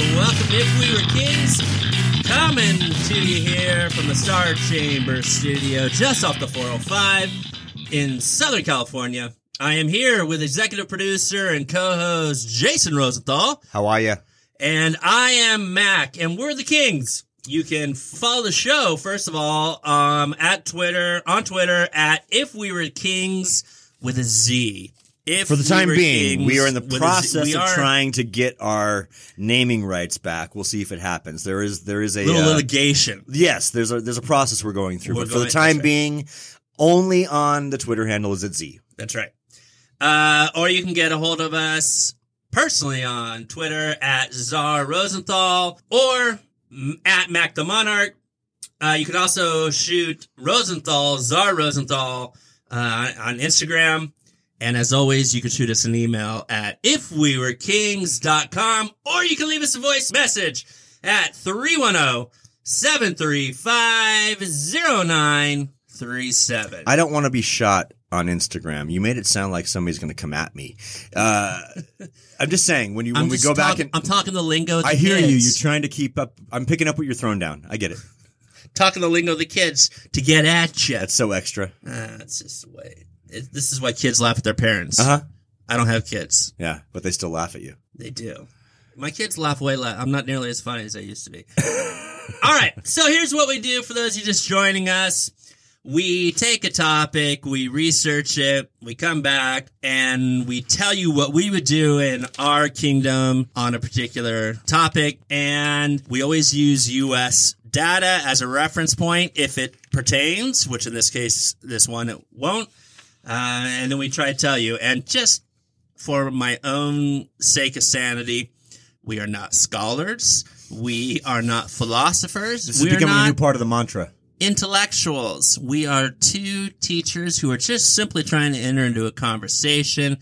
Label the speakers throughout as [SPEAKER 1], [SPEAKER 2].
[SPEAKER 1] If We Were Kings, coming to you here from the Star Chamber studio just off the 405 in Southern California. I am here with executive producer and co host Jason Rosenthal,
[SPEAKER 2] How are you?
[SPEAKER 1] and I am Mac, and we're the Kings. You can follow the show, first of all, um, at Twitter, on Twitter, at If We Were Kings with a Z. If
[SPEAKER 2] For the
[SPEAKER 1] We
[SPEAKER 2] time
[SPEAKER 1] Were
[SPEAKER 2] being, we
[SPEAKER 1] Kings
[SPEAKER 2] are in the
[SPEAKER 1] with a Z.
[SPEAKER 2] process
[SPEAKER 1] We
[SPEAKER 2] of
[SPEAKER 1] are-
[SPEAKER 2] trying to get our naming rights back. We'll see if it happens. There is there is a
[SPEAKER 1] Little
[SPEAKER 2] uh,
[SPEAKER 1] litigation.
[SPEAKER 2] yes, there's a there's a process we're going through.
[SPEAKER 1] We're
[SPEAKER 2] but for
[SPEAKER 1] going-
[SPEAKER 2] the time
[SPEAKER 1] that's right.
[SPEAKER 2] being, only on the Twitter handle is at Z.
[SPEAKER 1] That's right. Uh, or you can get a hold of us personally on Twitter at Czar Rosenthal or m- at Mac the Monarch. Uh, you can also shoot Rosenthal, Czar Rosenthal, uh, on Instagram. And as always, you can shoot us an email at ifwewerekings.com or you can leave us a voice message at 310 735 0937.
[SPEAKER 2] I don't want to be shot on Instagram. You made it sound like somebody's going to come at me. Uh, I'm just saying when you when
[SPEAKER 1] I'm
[SPEAKER 2] we
[SPEAKER 1] just
[SPEAKER 2] go back
[SPEAKER 1] talk-
[SPEAKER 2] and
[SPEAKER 1] I'm talking the lingo. Of the
[SPEAKER 2] I hear you.
[SPEAKER 1] kids.
[SPEAKER 2] You're trying to keep up. I'm picking up what you're throwing down. I get it.
[SPEAKER 1] talking the lingo of the kids to get at you.
[SPEAKER 2] That's so extra.
[SPEAKER 1] Ah, it's just the way. It, this is why kids laugh at their parents.
[SPEAKER 2] Uh huh.
[SPEAKER 1] I don't have kids.
[SPEAKER 2] Yeah, but they still laugh at you.
[SPEAKER 1] They do. My kids laugh way loud. I'm not nearly as funny as I used to be. All right. So here's what we do for those of you just joining us. We take a topic, we research it, we come back, and we tell you what we would do in our kingdom on a particular topic. And we always use US data as a reference point if it pertains, which in this case, this one, it won't. Uh, and then we try to tell you. And just for my own sake of sanity, we are not scholars. We are not philosophers.
[SPEAKER 2] This is
[SPEAKER 1] we are
[SPEAKER 2] becoming a
[SPEAKER 1] not
[SPEAKER 2] new part of the mantra.
[SPEAKER 1] intellectuals. We are two teachers who are just simply trying to enter into a conversation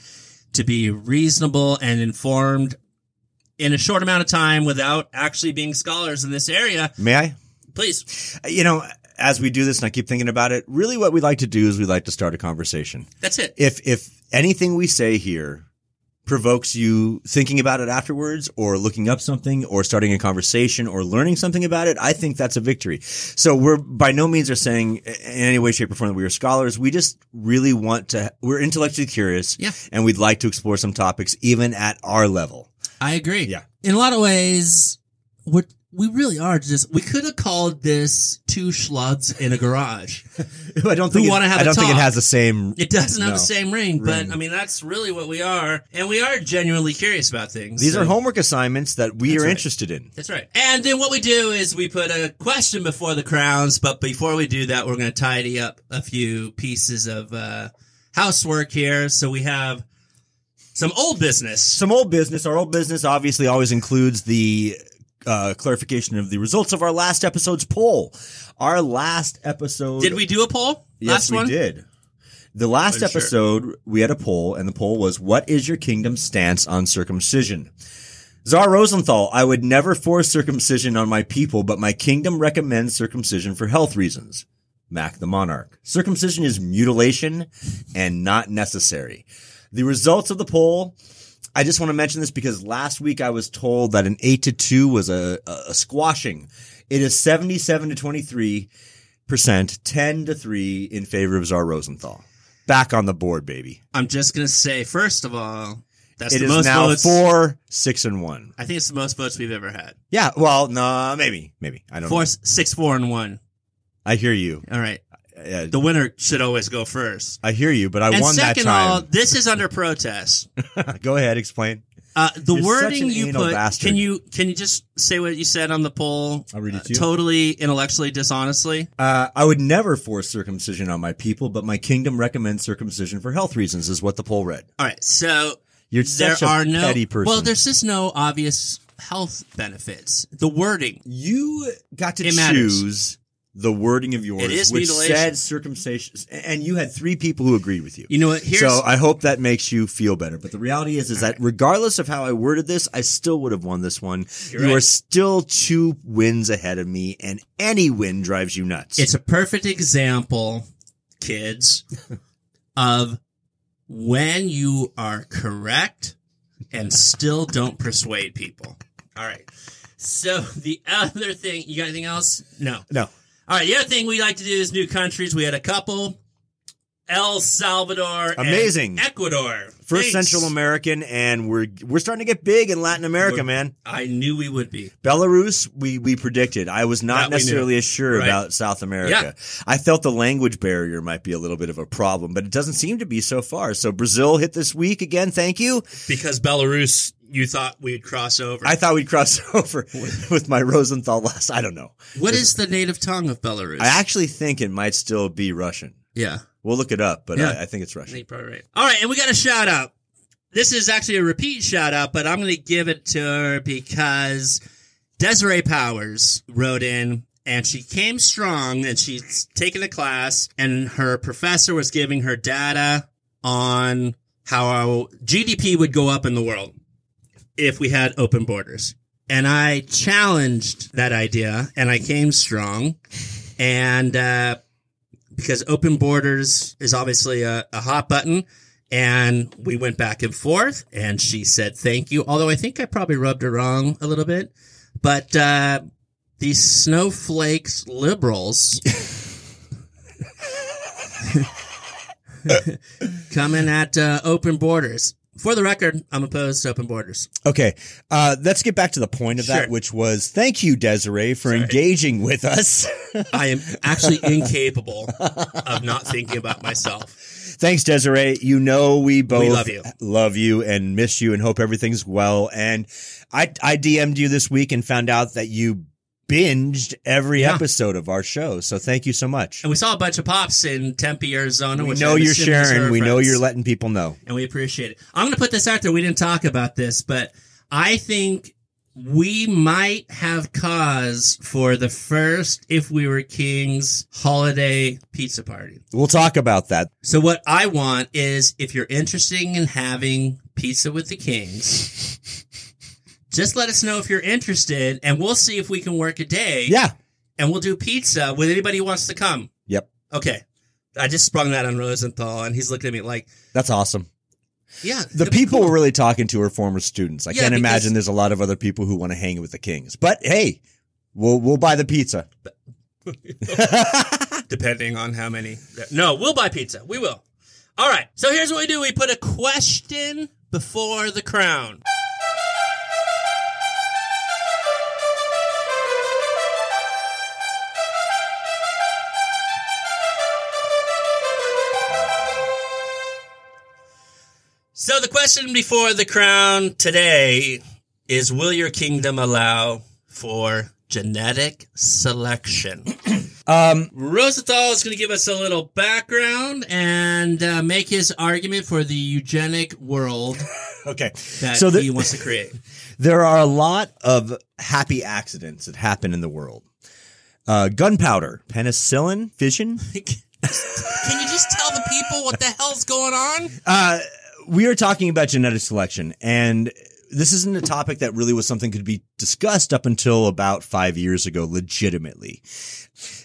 [SPEAKER 1] to be reasonable and informed in a short amount of time without actually being scholars in this area.
[SPEAKER 2] May I?
[SPEAKER 1] Please.
[SPEAKER 2] You know, as we do this and I keep thinking about it, really what we like to do is we like to start a conversation.
[SPEAKER 1] That's it.
[SPEAKER 2] If if anything we say here provokes you thinking about it afterwards or looking up something or starting a conversation or learning something about it, I think that's a victory. So we're by no means are saying in any way, shape or form that we are scholars. We just really want to, we're intellectually curious
[SPEAKER 1] Yeah.
[SPEAKER 2] and we'd like to explore some topics even at our level.
[SPEAKER 1] I agree.
[SPEAKER 2] Yeah.
[SPEAKER 1] In a lot of ways, we we really are just we could have called this two schluds in a garage.
[SPEAKER 2] I don't think, it,
[SPEAKER 1] wanna have
[SPEAKER 2] I
[SPEAKER 1] a
[SPEAKER 2] don't think it
[SPEAKER 1] talk.
[SPEAKER 2] has the same
[SPEAKER 1] It doesn't have
[SPEAKER 2] No.
[SPEAKER 1] the same ring,
[SPEAKER 2] Ring.
[SPEAKER 1] but I mean that's really what we are, and we are genuinely curious about things.
[SPEAKER 2] These
[SPEAKER 1] So-
[SPEAKER 2] are homework assignments that we
[SPEAKER 1] That's
[SPEAKER 2] are
[SPEAKER 1] right.
[SPEAKER 2] interested in.
[SPEAKER 1] That's right. And then what we do is we put a question before the crowns, but before we do that, we're going to tidy up a few pieces of uh, housework here. So we have some old business.
[SPEAKER 2] Some old business. Our old business obviously always includes the uh, clarification of the results of our last episode's poll. Our last episode.
[SPEAKER 1] Did we do a poll?
[SPEAKER 2] Yes,
[SPEAKER 1] Last
[SPEAKER 2] we
[SPEAKER 1] one?
[SPEAKER 2] did. The last
[SPEAKER 1] I'm sure.
[SPEAKER 2] episode, we had a poll, and the poll was, "What is your kingdom's stance on circumcision?" Tsar Rosenthal, I would never force circumcision on my people, but my kingdom recommends circumcision for health reasons. Mac the Monarch. Circumcision is mutilation and not necessary. The results of the poll, I just want to mention this because last week I was told that an 8 to 2 was a, a a squashing. It is 77 to 23 percent, 10 to 3 in favor of Tsar Rosenthal. Back on the board, baby.
[SPEAKER 1] I'm just going to say, first of all, that's
[SPEAKER 2] It
[SPEAKER 1] the
[SPEAKER 2] is
[SPEAKER 1] most
[SPEAKER 2] now
[SPEAKER 1] votes.
[SPEAKER 2] 4, 6, and 1.
[SPEAKER 1] I think it's the most votes we've ever had.
[SPEAKER 2] Yeah, well, no, maybe, maybe. I don't
[SPEAKER 1] Four,
[SPEAKER 2] know.
[SPEAKER 1] six, four, and one.
[SPEAKER 2] I hear you.
[SPEAKER 1] All right.
[SPEAKER 2] Uh,
[SPEAKER 1] The winner should always go first.
[SPEAKER 2] I hear you, but I
[SPEAKER 1] and
[SPEAKER 2] won that
[SPEAKER 1] second of all,
[SPEAKER 2] time.
[SPEAKER 1] this is under protest.
[SPEAKER 2] Go ahead, explain.
[SPEAKER 1] Uh, the
[SPEAKER 2] You're such
[SPEAKER 1] wording
[SPEAKER 2] an
[SPEAKER 1] you
[SPEAKER 2] anal
[SPEAKER 1] put.
[SPEAKER 2] bastard.
[SPEAKER 1] Can you can you just say what you said on the poll?
[SPEAKER 2] I'll read it
[SPEAKER 1] Uh,
[SPEAKER 2] to you.
[SPEAKER 1] totally intellectually dishonestly.
[SPEAKER 2] Uh, I would never force circumcision on my people, but my kingdom recommends circumcision for health reasons, is what the poll read.
[SPEAKER 1] All right, so
[SPEAKER 2] You're
[SPEAKER 1] there
[SPEAKER 2] such a
[SPEAKER 1] are no
[SPEAKER 2] petty person.
[SPEAKER 1] well, there's just no obvious health benefits. The wording.
[SPEAKER 2] you got to
[SPEAKER 1] It
[SPEAKER 2] choose
[SPEAKER 1] matters.
[SPEAKER 2] the wording of yours,
[SPEAKER 1] It is
[SPEAKER 2] which
[SPEAKER 1] mutilation.
[SPEAKER 2] said circumcision, and you had three people who agreed with you.
[SPEAKER 1] You know what? Here's
[SPEAKER 2] so uh, I hope that makes you feel better. But the reality is, is that regardless of how I worded this, I still would have won this one.
[SPEAKER 1] You're
[SPEAKER 2] You
[SPEAKER 1] right.
[SPEAKER 2] are still two wins ahead of me, and any win drives you nuts.
[SPEAKER 1] it's a perfect example, kids, of when you are correct and still don't persuade people. All right. So the other thing, you got anything else? No.
[SPEAKER 2] No.
[SPEAKER 1] All right. The other thing we like to do is new countries. We had a couple. El Salvador, and
[SPEAKER 2] Amazing.
[SPEAKER 1] Ecuador,
[SPEAKER 2] First
[SPEAKER 1] Thanks.
[SPEAKER 2] Central American, and we're we're starting to get big in Latin America,
[SPEAKER 1] We're-
[SPEAKER 2] man.
[SPEAKER 1] I knew we would be.
[SPEAKER 2] Belarus, we, we predicted. I was
[SPEAKER 1] That
[SPEAKER 2] not
[SPEAKER 1] we
[SPEAKER 2] necessarily as sure
[SPEAKER 1] Right.
[SPEAKER 2] about South America. I felt the language barrier might be a little bit of a problem, but it doesn't seem to be so far. So Brazil hit this week again. Thank you.
[SPEAKER 1] Because Belarus, you thought we'd cross over.
[SPEAKER 2] I thought we'd cross over with my Rosenthal last. I don't know.
[SPEAKER 1] what is the native tongue of Belarus?
[SPEAKER 2] I actually think it might still be Russian.
[SPEAKER 1] yeah.
[SPEAKER 2] We'll look it up, but
[SPEAKER 1] Yeah.
[SPEAKER 2] I, I think it's
[SPEAKER 1] I
[SPEAKER 2] Russian.
[SPEAKER 1] think you're probably right. All right, and we got a shout out. This is actually a repeat shout out, but I'm going to give it to her because Desiree Powers wrote in and she came strong and she's taken a class and her professor was giving her data on how our GDP would go up in the world if we had open borders. And I challenged that idea and I came strong and, uh, because open borders is obviously a, a hot button. And we went back and forth, and she said thank you. Although I think I probably rubbed her wrong a little bit, but uh, these snowflakes liberals coming at uh, open borders. For the record, I'm opposed to open borders.
[SPEAKER 2] Okay, uh, let's get back to the point of
[SPEAKER 1] Sure.
[SPEAKER 2] that, which was thank you, Desiree, for engaging with us.
[SPEAKER 1] I am actually incapable of not thinking about myself.
[SPEAKER 2] Thanks, Desiree. You know we both
[SPEAKER 1] love you.
[SPEAKER 2] love you and miss you and hope everything's well. And I I DM'd you this week and found out that you binged every
[SPEAKER 1] Yeah.
[SPEAKER 2] episode of our show. So thank you so much.
[SPEAKER 1] And we saw a bunch of pops in Tempe, Arizona.
[SPEAKER 2] We
[SPEAKER 1] which
[SPEAKER 2] know
[SPEAKER 1] I'm
[SPEAKER 2] you're
[SPEAKER 1] assuming is
[SPEAKER 2] sharing.
[SPEAKER 1] her
[SPEAKER 2] We know
[SPEAKER 1] friends.
[SPEAKER 2] you're letting people know.
[SPEAKER 1] and we appreciate it. I'm going to put this out there. We didn't talk about this, but I think we might have cause for the first If We Were Kings holiday pizza party.
[SPEAKER 2] We'll talk about that.
[SPEAKER 1] So what I want is if you're interested in having pizza with the Kings, just let us know if you're interested and we'll see if we can work a day
[SPEAKER 2] Yeah.
[SPEAKER 1] and we'll do pizza with anybody who wants to come.
[SPEAKER 2] Yep.
[SPEAKER 1] Okay. I just sprung that on Rosenthal and he's looking at me like,
[SPEAKER 2] That's awesome.
[SPEAKER 1] yeah.
[SPEAKER 2] The
[SPEAKER 1] that'd be
[SPEAKER 2] people
[SPEAKER 1] cool.
[SPEAKER 2] we're really talking to are former students. I
[SPEAKER 1] Yeah,
[SPEAKER 2] can't
[SPEAKER 1] because-
[SPEAKER 2] imagine there's a lot of other people who want to hang with the Kings. But hey, we'll we'll buy the pizza.
[SPEAKER 1] depending on how many. No, we'll buy pizza. We will. All right. So here's what we do: we put a question before the crown. So the question before the crown today is: Will your kingdom allow for genetic selection?
[SPEAKER 2] um
[SPEAKER 1] Rosenthal is going to give us a little background and uh, make his argument for the eugenic world
[SPEAKER 2] okay.
[SPEAKER 1] that
[SPEAKER 2] So the-
[SPEAKER 1] he wants to create.
[SPEAKER 2] There are a lot of happy accidents that happen in the world. Uh, gunpowder, penicillin, fission.
[SPEAKER 1] Can you just tell the people what the hell's going on?
[SPEAKER 2] Uh, we are talking about genetic selection, and this isn't a topic that really was something could be discussed up until about five years ago, legitimately.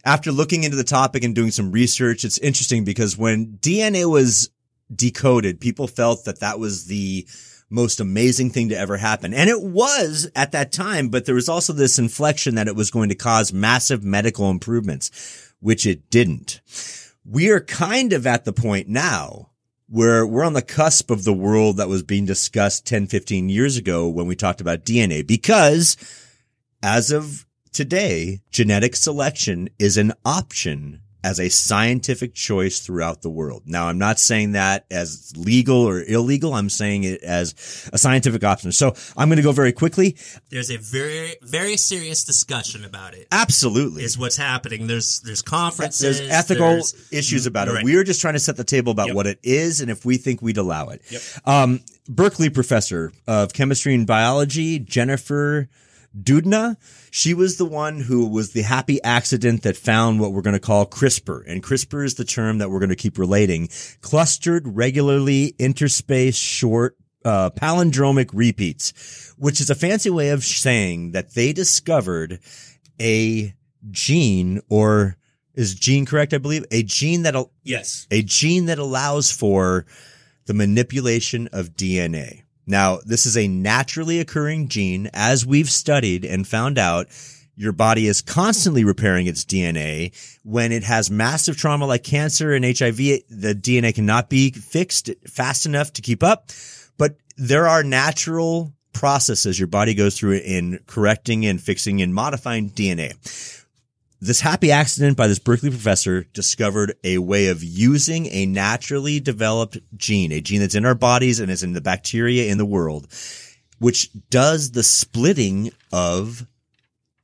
[SPEAKER 2] After looking into the topic and doing some research, it's interesting because when DNA was decoded, people felt that that was the most amazing thing to ever happen. And it was at that time, but there was also this inflection that it was going to cause massive medical improvements, which it didn't. We are kind of at the point now where we're on the cusp of the world that was being discussed 10, 15 years ago when we talked about DNA because as of today, genetic selection is an option as a scientific choice throughout the world. Now, I'm not saying that as legal or illegal. I'm saying it as a scientific option. So I'm going to go very quickly.
[SPEAKER 1] There's a very, very serious discussion about it.
[SPEAKER 2] Absolutely.
[SPEAKER 1] Is what's happening. There's there's conferences.
[SPEAKER 2] There's ethical
[SPEAKER 1] there's-
[SPEAKER 2] issues about it.
[SPEAKER 1] right.
[SPEAKER 2] We're just trying to set the table about
[SPEAKER 1] Yep.
[SPEAKER 2] what it is and if we think we'd allow it.
[SPEAKER 1] Yep.
[SPEAKER 2] Um, Berkeley professor of chemistry and biology, Jennifer Doudna, she was the one who was the happy accident that found what we're going to call CRISPR. And CRISPR is the term that we're going to keep relating. Clustered, regularly interspaced, short, uh, palindromic repeats, which is a fancy way of saying that they discovered a gene or is gene correct? I believe a gene that al-
[SPEAKER 1] yes.
[SPEAKER 2] a gene that allows for the manipulation of DNA. Now, this is a naturally occurring gene. As we've studied and found out, your body is constantly repairing its DNA. When it has massive trauma like cancer and HIV, the DNA cannot be fixed fast enough to keep up. But there are natural processes your body goes through in correcting and fixing and modifying DNA this happy accident by this Berkeley professor discovered a way of using a naturally developed gene, a gene that's in our bodies and is in the bacteria in the world, which does the splitting of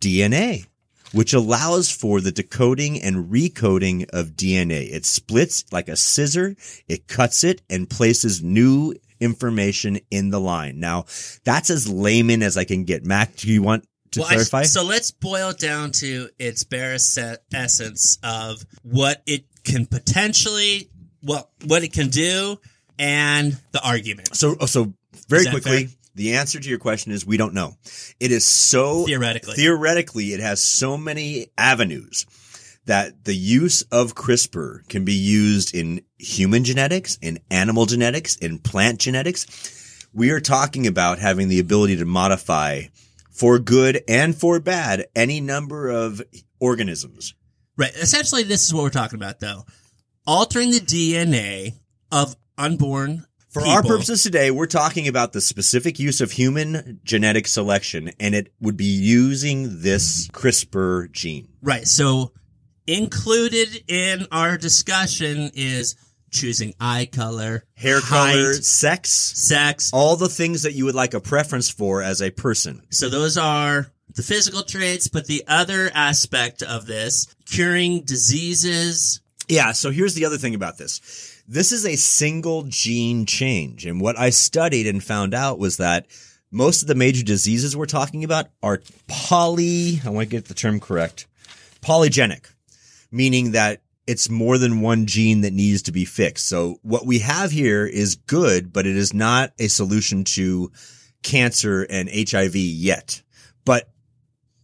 [SPEAKER 2] DNA, which allows for the decoding and recoding of DNA. It splits like a scissor, it cuts it and places new information in the line. Now, that's as layman as I can get. Mac, do you want to
[SPEAKER 1] Well, I-
[SPEAKER 2] clarify?
[SPEAKER 1] so let's boil it down to its bare se- essence of what it can potentially, well, what it can do, and the argument
[SPEAKER 2] So, uh, so very
[SPEAKER 1] Is that
[SPEAKER 2] quickly,
[SPEAKER 1] fair?
[SPEAKER 2] the answer to your question is we don't know. It is so
[SPEAKER 1] theoretically.
[SPEAKER 2] theoretically, it has so many avenues that the use of CRISPR can be used in human genetics, in animal genetics, in plant genetics. We are talking about having the ability to modify for good and for bad any number of organisms.
[SPEAKER 1] Right. Essentially, this is what we're talking about, though. Altering the DNA of unborn.
[SPEAKER 2] For our
[SPEAKER 1] people.
[SPEAKER 2] purposes today, we're talking about the specific use of human genetic selection, and it would be using this CRISPR gene.
[SPEAKER 1] Right. So, included in our discussion is choosing eye color,
[SPEAKER 2] Hair
[SPEAKER 1] height,
[SPEAKER 2] color, sex,
[SPEAKER 1] sex.
[SPEAKER 2] all the things that you would like a preference for as a person.
[SPEAKER 1] So, those are the physical traits, but the other aspect of this, curing diseases.
[SPEAKER 2] Yeah, so here's the other thing about this. This is a single gene change. And what I studied and found out was that most of the major diseases we're talking about are poly, I want to get the term correct, polygenic, meaning that it's more than one gene that needs to be fixed. So what we have here is good, but it is not a solution to cancer and HIV yet. But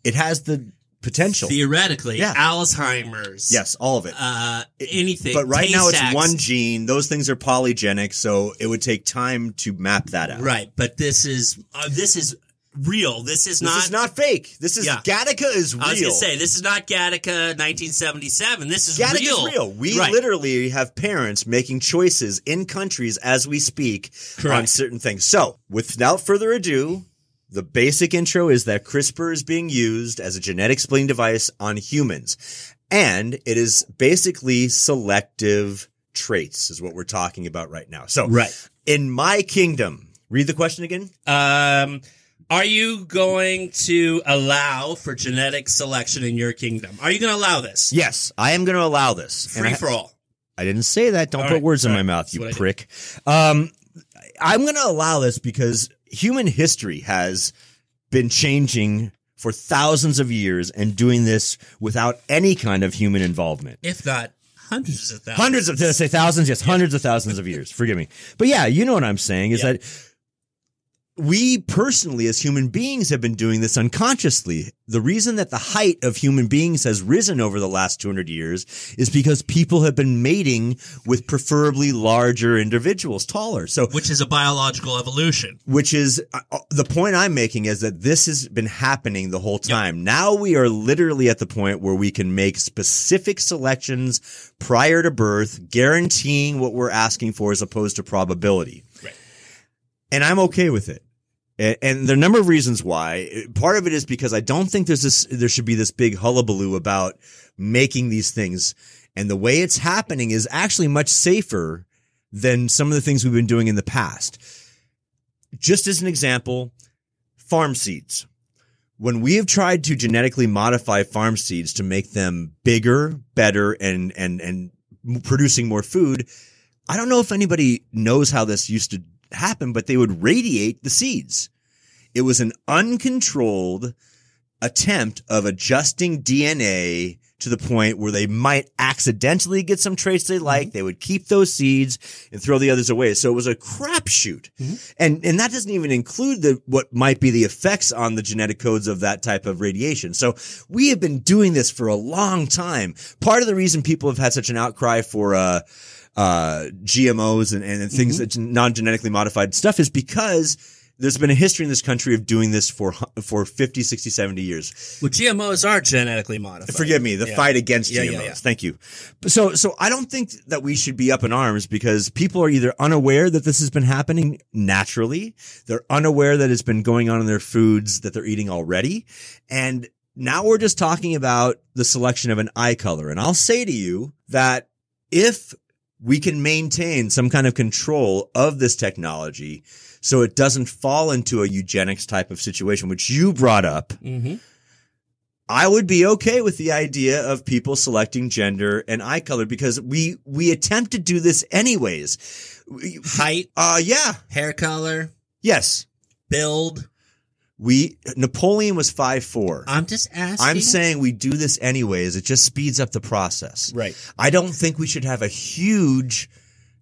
[SPEAKER 2] it has the potential.
[SPEAKER 1] Theoretically,
[SPEAKER 2] Yeah.
[SPEAKER 1] Alzheimer's.
[SPEAKER 2] yes, all of it
[SPEAKER 1] Uh, anything.
[SPEAKER 2] but right now
[SPEAKER 1] Tay-Sachs.
[SPEAKER 2] it's one gene. Those things are polygenic, so it would take time to map that out.
[SPEAKER 1] Right. But this is, uh, this is real. This is
[SPEAKER 2] This
[SPEAKER 1] not
[SPEAKER 2] is not fake. This is
[SPEAKER 1] Yeah.
[SPEAKER 2] Gattaca is real.
[SPEAKER 1] I was gonna say this is not Gattaca 1977. This is
[SPEAKER 2] Gattaca
[SPEAKER 1] real.
[SPEAKER 2] is real. We
[SPEAKER 1] Right.
[SPEAKER 2] literally have parents making choices in countries as we speak on
[SPEAKER 1] Correct.
[SPEAKER 2] certain things. So, without further ado, the basic intro is that CRISPR is being used as a genetic splitting device on humans, and it is basically selective traits is what we're talking about right now. So,
[SPEAKER 1] Right.
[SPEAKER 2] in my kingdom. Read the question again.
[SPEAKER 1] Um, are you going to allow for genetic selection in your kingdom? Are you going to allow this?
[SPEAKER 2] Yes, I am going to allow this. And
[SPEAKER 1] Free
[SPEAKER 2] I,
[SPEAKER 1] for all.
[SPEAKER 2] I didn't say that. Don't
[SPEAKER 1] All
[SPEAKER 2] put
[SPEAKER 1] right,
[SPEAKER 2] words in
[SPEAKER 1] all
[SPEAKER 2] my
[SPEAKER 1] right.
[SPEAKER 2] mouth,
[SPEAKER 1] That's what
[SPEAKER 2] you
[SPEAKER 1] I did.
[SPEAKER 2] prick. Um, I'm going to allow this because human history has been changing for thousands of years and doing this without any kind of human involvement.
[SPEAKER 1] If not hundreds of thousands.
[SPEAKER 2] hundreds of did I say thousands? Yes, hundreds of thousands of years. Forgive me, but yeah, you know what I'm saying is
[SPEAKER 1] Yeah.
[SPEAKER 2] that we personally, as human beings, have been doing this unconsciously. The reason that the height of human beings has risen over the last 200 years is because people have been mating with preferably larger individuals, taller. So
[SPEAKER 1] which is a biological evolution.
[SPEAKER 2] which is uh, uh, the point I'm making is that this has been happening the whole time. Now we are literally at the point where we can make specific selections prior to birth, guaranteeing what we're asking for as opposed to probability.
[SPEAKER 1] Right.
[SPEAKER 2] And I'm okay with it. A- And there are a number of reasons why. Part of it is because I don't think there's this, there should be this big hullabaloo about making these things. And the way it's happening is actually much safer than some of the things we've been doing in the past just as an example, farm seeds. When we have tried to genetically modify farm seeds to make them bigger, better, and and and producing more food, I don't know if anybody knows how this used to happen, but they would radiate the seeds. It was an uncontrolled attempt of adjusting DNA to the point where they might accidentally get some traits they like. They would keep those seeds and throw the others away. So it was a crapshoot. Mm-hmm. And, and that doesn't even include the, what might be the effects on the genetic codes of that type of radiation. So we have been doing this for a long time. Part of the reason people have had such an outcry for, uh, uh, GMOs and, and things that's non genetically modified stuff is because there's been a history in this country of doing this for hu- for 50, 60, 70 years.
[SPEAKER 1] Well, GMOs are genetically modified.
[SPEAKER 2] Forgive me, the fight against
[SPEAKER 1] Yeah,
[SPEAKER 2] GMOs.
[SPEAKER 1] yeah, yeah.
[SPEAKER 2] Thank you. But So, so I don't think that we should be up in arms because people are either unaware that this has been happening naturally, they're unaware that it's been going on in their foods that they're eating already, and now we're just talking about the selection of an eye color. And I'll say to you that if we can maintain some kind of control of this technology so it doesn't fall into a eugenics type of situation, which you brought up,
[SPEAKER 1] Mm-hmm.
[SPEAKER 2] I would be okay with the idea of people selecting gender and eye color because we, we attempt to do this anyways. We-
[SPEAKER 1] Height,
[SPEAKER 2] Uh, yeah,
[SPEAKER 1] hair color,
[SPEAKER 2] yes.
[SPEAKER 1] build.
[SPEAKER 2] We, Napoleon was five four.
[SPEAKER 1] I'm just asking.
[SPEAKER 2] I'm saying we do this anyways. It just speeds up the process.
[SPEAKER 1] Right.
[SPEAKER 2] I don't think we should have a huge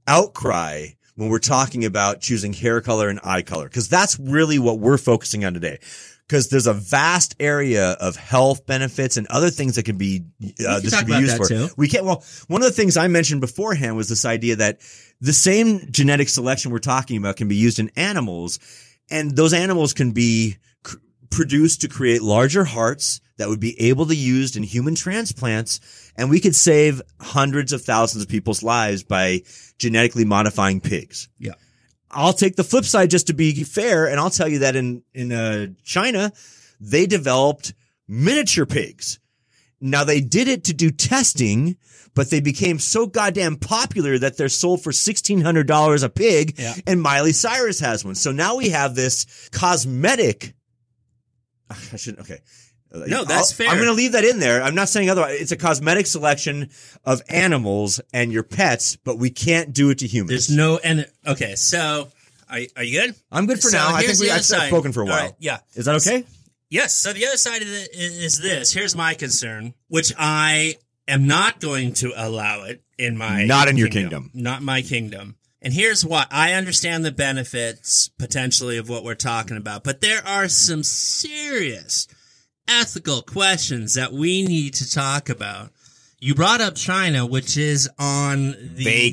[SPEAKER 2] outcry when we're talking about choosing hair color and eye color, because that's really what we're focusing on today. Because there's a vast area of health benefits and other things that can be uh,
[SPEAKER 1] can
[SPEAKER 2] this
[SPEAKER 1] talk
[SPEAKER 2] could be
[SPEAKER 1] about
[SPEAKER 2] used
[SPEAKER 1] that
[SPEAKER 2] for.
[SPEAKER 1] too.
[SPEAKER 2] We can't. Well, one of the things I mentioned beforehand was this idea that the same genetic selection we're talking about can be used in animals, and those animals can be cr- produced to create larger hearts that would be able to used in human transplants, and we could save hundreds of thousands of people's lives by genetically modifying pigs.
[SPEAKER 1] Yeah.
[SPEAKER 2] I'll take the flip side just to be fair, and I'll tell you that in in uh, China, they developed miniature pigs. Now they did it to do testing, but they became so goddamn popular that they're sold for sixteen hundred dollars a pig,
[SPEAKER 1] Yeah.
[SPEAKER 2] and Miley Cyrus has one. So now we have this cosmetic. I shouldn't. Okay.
[SPEAKER 1] No, that's
[SPEAKER 2] I'll-
[SPEAKER 1] fair.
[SPEAKER 2] I'm going to leave that in there. I'm not saying otherwise. It's a cosmetic selection of animals and your pets, but we can't do it to humans.
[SPEAKER 1] There's no and okay. So are are you good?
[SPEAKER 2] I'm good for
[SPEAKER 1] So
[SPEAKER 2] now. I
[SPEAKER 1] here's
[SPEAKER 2] think we,
[SPEAKER 1] the other
[SPEAKER 2] I've, I've
[SPEAKER 1] side.
[SPEAKER 2] spoken for a
[SPEAKER 1] All
[SPEAKER 2] while.
[SPEAKER 1] right, yeah.
[SPEAKER 2] Is that okay?
[SPEAKER 1] Yes. So the other side of it is this. Here's my concern, which I am not going to allow it in my
[SPEAKER 2] Not in your
[SPEAKER 1] kingdom. Not my kingdom. And here's why I understand the benefits potentially of what we're talking about, but there are some serious ethical questions that we need to talk about. You brought up China, which is on the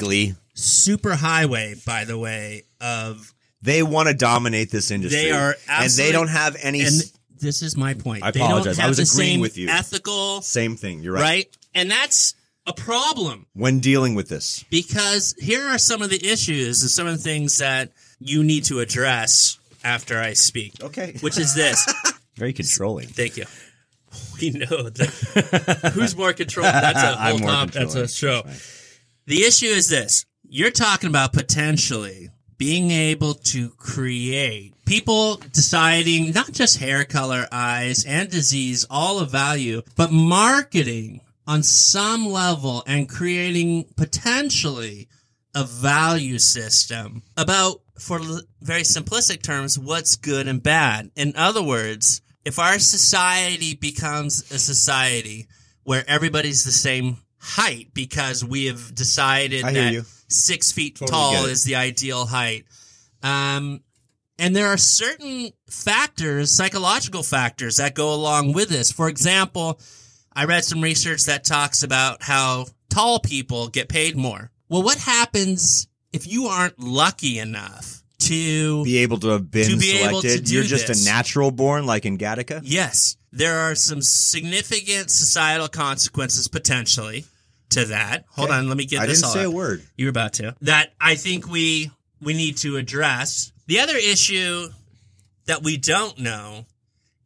[SPEAKER 1] super highway, by the way, of
[SPEAKER 2] They want to dominate this industry.
[SPEAKER 1] They are
[SPEAKER 2] and they
[SPEAKER 1] absolutely-
[SPEAKER 2] don't have any
[SPEAKER 1] and
[SPEAKER 2] s-
[SPEAKER 1] this is my point.
[SPEAKER 2] I
[SPEAKER 1] They don't
[SPEAKER 2] apologize. I
[SPEAKER 1] have
[SPEAKER 2] was
[SPEAKER 1] the
[SPEAKER 2] agreeing
[SPEAKER 1] same
[SPEAKER 2] with you.
[SPEAKER 1] Ethical,
[SPEAKER 2] same thing. You're right.
[SPEAKER 1] right. And that's a problem
[SPEAKER 2] When dealing with this,
[SPEAKER 1] because here are some of the issues and some of the things that you need to address after I speak.
[SPEAKER 2] Okay.
[SPEAKER 1] Which is this.
[SPEAKER 2] very controlling.
[SPEAKER 1] Thank you. We know that. Who's more controlled? That's a whole
[SPEAKER 2] I'm more
[SPEAKER 1] top. That's
[SPEAKER 2] controlling.
[SPEAKER 1] a show.
[SPEAKER 2] That's
[SPEAKER 1] The issue is this: you're talking about potentially being able to create people deciding not just hair color, eyes, and disease, all of value, but marketing on some level and creating potentially a value system about, for l- very simplistic terms, what's good and bad. In other words, if our society becomes a society where everybody's the same height because we have decided
[SPEAKER 2] I hear
[SPEAKER 1] that
[SPEAKER 2] you.
[SPEAKER 1] six feet
[SPEAKER 2] Totally
[SPEAKER 1] tall
[SPEAKER 2] get it.
[SPEAKER 1] is the ideal height. Um, and there are certain factors, psychological factors that go along with this. For example, I read some research that talks about how tall people get paid more. Well, what happens if you aren't lucky enough to
[SPEAKER 2] Be able to have been
[SPEAKER 1] To be able to
[SPEAKER 2] selected.
[SPEAKER 1] do
[SPEAKER 2] You're just
[SPEAKER 1] this.
[SPEAKER 2] a natural born, like in Gattaca.
[SPEAKER 1] Yes, there are some significant societal consequences potentially to that. Hold
[SPEAKER 2] Okay.
[SPEAKER 1] on, let me get
[SPEAKER 2] I
[SPEAKER 1] this
[SPEAKER 2] didn't
[SPEAKER 1] all
[SPEAKER 2] say
[SPEAKER 1] up.
[SPEAKER 2] a word.
[SPEAKER 1] You were about to. That I think we we need to address. The other issue that we don't know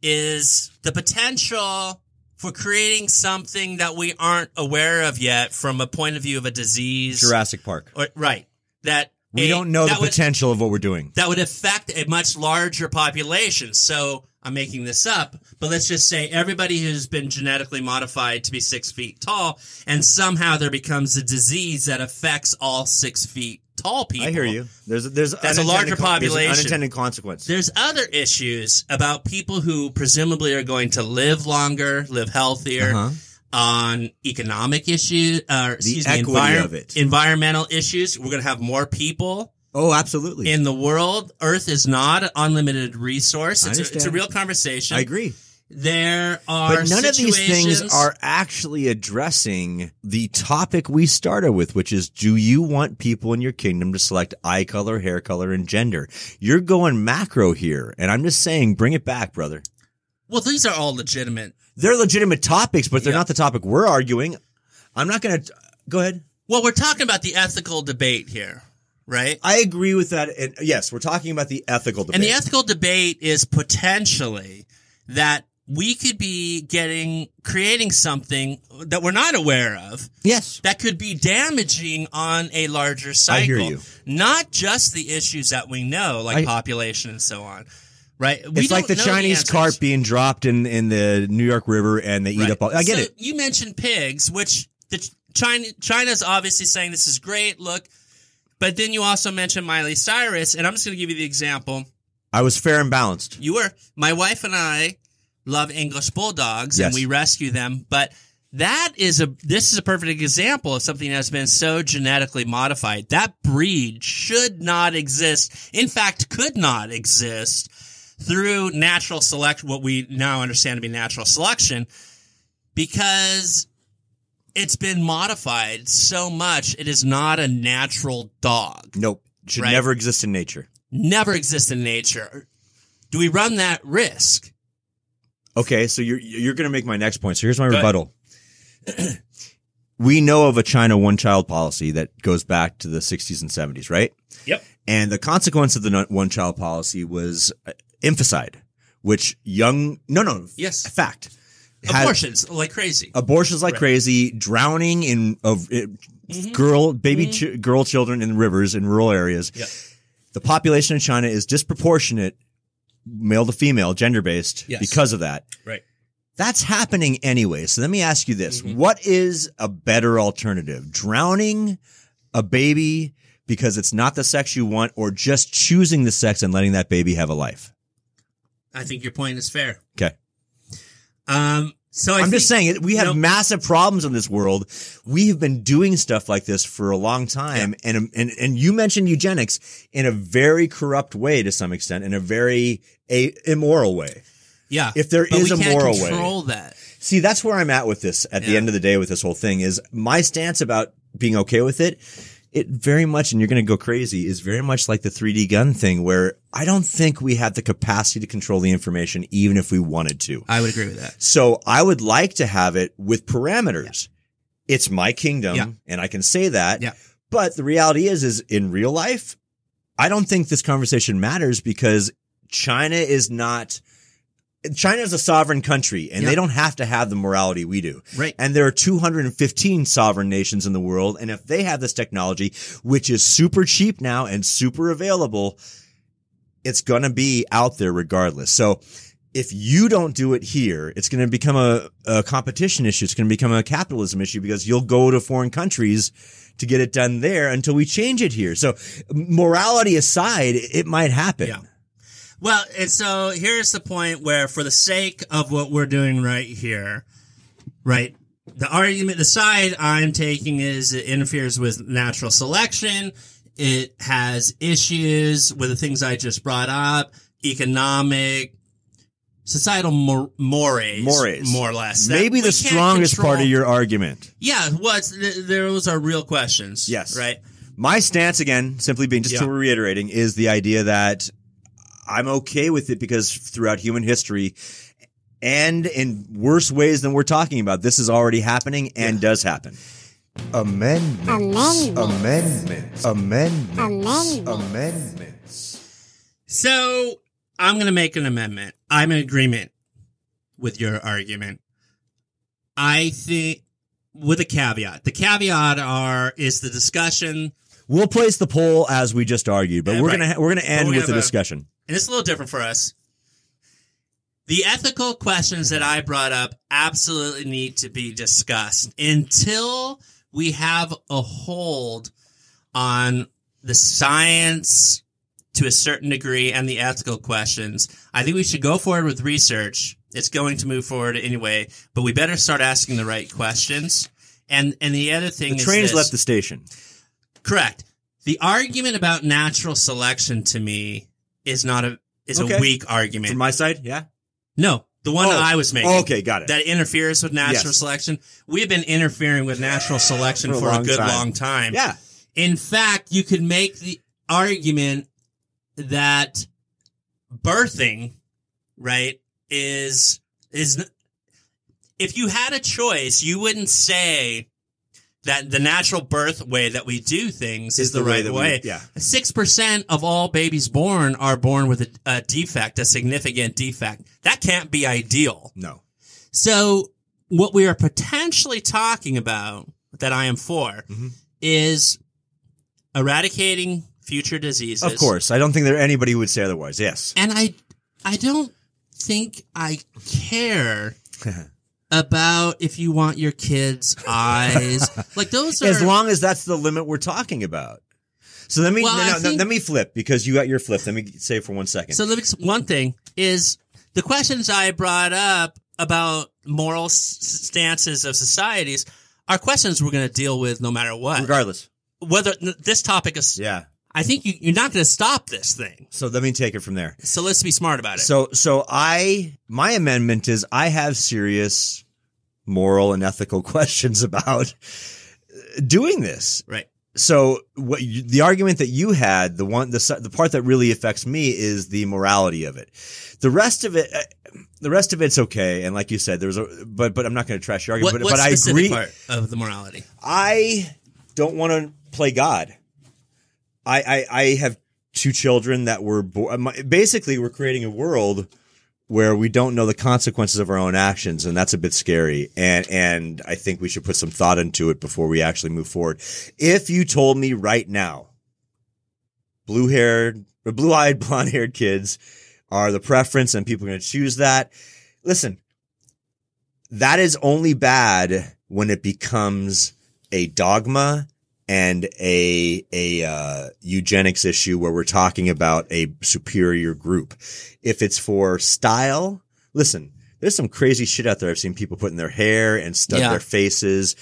[SPEAKER 1] is the potential for creating something that we aren't aware of yet from a point of view of a disease.
[SPEAKER 2] Jurassic Park.
[SPEAKER 1] Or, right. That
[SPEAKER 2] We
[SPEAKER 1] a-
[SPEAKER 2] don't know the
[SPEAKER 1] that would-
[SPEAKER 2] potential of what we're doing.
[SPEAKER 1] that would affect a much larger population. So I'm making this up, but let's just say everybody who's been genetically modified to be six feet tall, and somehow there becomes a disease that affects all six feet tall people.
[SPEAKER 2] I hear you. There's there's
[SPEAKER 1] That's a
[SPEAKER 2] unintended
[SPEAKER 1] larger
[SPEAKER 2] con- there's an
[SPEAKER 1] population.
[SPEAKER 2] unintended consequence.
[SPEAKER 1] There's other issues about people who presumably are going to live longer, live healthier.
[SPEAKER 2] Uh-huh.
[SPEAKER 1] On economic issues, or excuse me,
[SPEAKER 2] equity
[SPEAKER 1] envir-
[SPEAKER 2] of it.
[SPEAKER 1] environmental issues. We're going to have more people
[SPEAKER 2] Oh, absolutely.
[SPEAKER 1] in the world. Earth is not an unlimited resource. It's, a, it's a
[SPEAKER 2] understand.
[SPEAKER 1] real conversation.
[SPEAKER 2] I agree.
[SPEAKER 1] There are
[SPEAKER 2] But none of these things
[SPEAKER 1] situations-
[SPEAKER 2] are actually addressing the topic we started with, which is do you want people in your kingdom to select eye color, hair color, and gender? You're going macro here, and I'm just saying, bring it back, brother.
[SPEAKER 1] Well, these are all legitimate.
[SPEAKER 2] They're legitimate topics, but they're
[SPEAKER 1] Yeah.
[SPEAKER 2] not the topic we're arguing. I'm not going to go ahead.
[SPEAKER 1] Well, we're talking about the ethical debate here, right?
[SPEAKER 2] I agree with that. And yes, we're talking about the ethical debate.
[SPEAKER 1] And the ethical debate is potentially that we could be getting creating something that we're not aware of
[SPEAKER 2] yes.
[SPEAKER 1] that could be damaging on a larger cycle.
[SPEAKER 2] I hear you.
[SPEAKER 1] Not just the issues that we know, like
[SPEAKER 2] I-
[SPEAKER 1] population and so on. Right?
[SPEAKER 2] it's like the Chinese carp being dropped in, in the New York River and they eat up all. I get
[SPEAKER 1] so
[SPEAKER 2] it.
[SPEAKER 1] You mentioned pigs, which the Ch- China China's obviously saying this is great. Look, but then you also mentioned Miley Cyrus, and I'm just going to give you the example.
[SPEAKER 2] I was fair and balanced.
[SPEAKER 1] You were my wife and I love English bulldogs, and
[SPEAKER 2] Yes.
[SPEAKER 1] we rescue them, but. That is a this is a perfect example of something that's been so genetically modified. That breed should not exist. In fact, could not exist through natural select what we now understand to be natural selection because it's been modified so much it is not a natural dog
[SPEAKER 2] Nope. Should
[SPEAKER 1] Right.
[SPEAKER 2] never exist in nature.
[SPEAKER 1] never exists in nature do we run that risk
[SPEAKER 2] Okay, so you're you're going to make my next point. So here's my
[SPEAKER 1] Go ahead.
[SPEAKER 2] rebuttal. we know of a China one child policy that goes back to the 60s and 70s, right?
[SPEAKER 1] Yep.
[SPEAKER 2] And the consequence of the one child policy was uh, infanticide, which young no no
[SPEAKER 1] Yes.
[SPEAKER 2] fact Had-
[SPEAKER 1] abortions like crazy
[SPEAKER 2] abortions like
[SPEAKER 1] Right. Mm-hmm.
[SPEAKER 2] crazy, drowning in of uh, girl baby chi- girl children in rivers in rural areas.
[SPEAKER 1] Yeah.
[SPEAKER 2] The population in China is disproportionate male to female, gender based
[SPEAKER 1] Yes.
[SPEAKER 2] because of that.
[SPEAKER 1] right Mm-hmm.
[SPEAKER 2] That's happening anyway. So let me ask you this. What is a better alternative? Drowning a baby because it's not the sex you want or just choosing the sex and letting that baby have a life?
[SPEAKER 1] i think your point is fair
[SPEAKER 2] Okay.
[SPEAKER 1] um so I
[SPEAKER 2] I'm
[SPEAKER 1] think,
[SPEAKER 2] just saying we have
[SPEAKER 1] Nope.
[SPEAKER 2] massive problems in this world. We have been doing stuff like this for a long time, and and and you mentioned eugenics in a very corrupt way to some extent, in a very a, immoral way.
[SPEAKER 1] yeah
[SPEAKER 2] if there
[SPEAKER 1] but
[SPEAKER 2] is
[SPEAKER 1] we
[SPEAKER 2] a
[SPEAKER 1] can't
[SPEAKER 2] moral way.
[SPEAKER 1] control that
[SPEAKER 2] See, that's where I'm at with this. At the
[SPEAKER 1] Yeah.
[SPEAKER 2] end of the day, with this whole thing, is my stance about being okay with it. It very much, and you're going to go crazy, is very much like the 3D gun thing, where I don't think we have the capacity to control the information, even if we wanted to.
[SPEAKER 1] i would agree with that
[SPEAKER 2] So I would like to have it with parameters. It's my kingdom
[SPEAKER 1] Yeah.
[SPEAKER 2] and I can say that.
[SPEAKER 1] Yeah.
[SPEAKER 2] But the reality is, is in real life, I don't think this conversation matters because China is not, China is a sovereign country and
[SPEAKER 1] Yeah.
[SPEAKER 2] they don't have to have the morality we do.
[SPEAKER 1] right
[SPEAKER 2] And there are 215 sovereign nations in the world. And if they have this technology, which is super cheap now and super available, it's going to be out there regardless. So if you don't do it here, it's going to become a, a competition issue. It's going to become a capitalism issue because you'll go to foreign countries to get it done there until we change it here. So morality aside, it might happen.
[SPEAKER 1] Yeah. Well, and so here's the point where, for the sake of what we're doing right here, right, the argument, the side I'm taking is it interferes with natural selection. It has issues with the things I just brought up, economic, societal mor- mores,
[SPEAKER 2] Mores.
[SPEAKER 1] more or less. That
[SPEAKER 2] Maybe
[SPEAKER 1] we
[SPEAKER 2] the
[SPEAKER 1] can't
[SPEAKER 2] strongest part of
[SPEAKER 1] control-
[SPEAKER 2] your argument.
[SPEAKER 1] yeah. Well, it's, th- those are real questions.
[SPEAKER 2] Yes.
[SPEAKER 1] right.
[SPEAKER 2] My stance again, simply being just
[SPEAKER 1] Yeah.
[SPEAKER 2] to reiterating, is the idea that I'm okay with it because throughout human history and in worse ways than we're talking about, this is already happening and does happen. Amendments. Amendments. Amendments. Amendments. Amendments.
[SPEAKER 1] So I'm going to make an amendment. I'm in agreement with your argument. I think with a caveat. The caveat are is the discussion,
[SPEAKER 2] We'll place the poll as we just argued, but
[SPEAKER 1] Yeah,
[SPEAKER 2] we're
[SPEAKER 1] right.
[SPEAKER 2] gonna ha- we're gonna end
[SPEAKER 1] we
[SPEAKER 2] with
[SPEAKER 1] have
[SPEAKER 2] the
[SPEAKER 1] a-
[SPEAKER 2] discussion.
[SPEAKER 1] and it's a little different for us. The ethical questions that I brought up absolutely need to be discussed until we have a hold on the science to a certain degree and the ethical questions. I think we should go forward with research. It's going to move forward anyway, but we better start asking the right questions. And and the other thing
[SPEAKER 2] The
[SPEAKER 1] is
[SPEAKER 2] train has
[SPEAKER 1] this.
[SPEAKER 2] left the station.
[SPEAKER 1] Correct. The argument about natural selection to me is not a is
[SPEAKER 2] Okay.
[SPEAKER 1] a weak argument.
[SPEAKER 2] From my side, yeah.
[SPEAKER 1] no, The one that
[SPEAKER 2] Oh,
[SPEAKER 1] I was making.
[SPEAKER 2] okay, got it.
[SPEAKER 1] That interferes with natural
[SPEAKER 2] Yes.
[SPEAKER 1] selection. We've been interfering with natural selection
[SPEAKER 2] For a
[SPEAKER 1] for, a,
[SPEAKER 2] long
[SPEAKER 1] good
[SPEAKER 2] time.
[SPEAKER 1] long time.
[SPEAKER 2] Yeah.
[SPEAKER 1] In fact, you could make the argument that birthing, right, is is n- if you had a choice, you wouldn't say that the natural birth way that we do things is, the, right
[SPEAKER 2] that we-
[SPEAKER 1] way.
[SPEAKER 2] yeah.
[SPEAKER 1] Six percent of all babies born are born with a, a defect, a significant defect. That can't be ideal.
[SPEAKER 2] No.
[SPEAKER 1] So what we are potentially talking about that I am for
[SPEAKER 2] Mhm.
[SPEAKER 1] is eradicating future diseases.
[SPEAKER 2] Of course. I don't think there anybody would say otherwise. Yes.
[SPEAKER 1] And I I don't think I care about if you want your kids' eyes. like those are
[SPEAKER 2] as long as that's the limit we're talking about. So let me
[SPEAKER 1] Well,
[SPEAKER 2] no,
[SPEAKER 1] I
[SPEAKER 2] no, no,
[SPEAKER 1] think-
[SPEAKER 2] let me flip because you got your flip. Let me say for one second.
[SPEAKER 1] So let me just, one thing is the questions I brought up about moral s- stances of societies are questions we're going to deal with no matter what.
[SPEAKER 2] Regardless,
[SPEAKER 1] Whether n- this topic is,
[SPEAKER 2] yeah.
[SPEAKER 1] I think you, you're not going to stop this thing.
[SPEAKER 2] So let me take it from there.
[SPEAKER 1] So let's be smart about it.
[SPEAKER 2] So so I my amendment is I have serious moral and ethical questions about doing this
[SPEAKER 1] right.
[SPEAKER 2] so what you, the argument that you had the one the s- the part that really affects me is the morality of it the rest of it uh, the rest of it's okay and like you said there's a but but i'm not going to trash your
[SPEAKER 1] What,
[SPEAKER 2] argument but,
[SPEAKER 1] what
[SPEAKER 2] but i
[SPEAKER 1] specific
[SPEAKER 2] agree
[SPEAKER 1] part of the morality?
[SPEAKER 2] i don't want to play god i i i have two children that were bo- my- basically we're creating a world where we don't know the consequences of our own actions and that's a bit scary and and I think we should put some thought into it before we actually move forward. If you told me right now blue-haired or blue-eyed blonde-haired kids are the preference and people are going to choose that. Listen, that is only bad when it becomes a dogma and a a uh, eugenics issue where we're talking about a superior group. If it's for style, listen, there's some crazy shit out there. I've seen people put in their hair and stuff
[SPEAKER 1] Yeah.
[SPEAKER 2] their faces.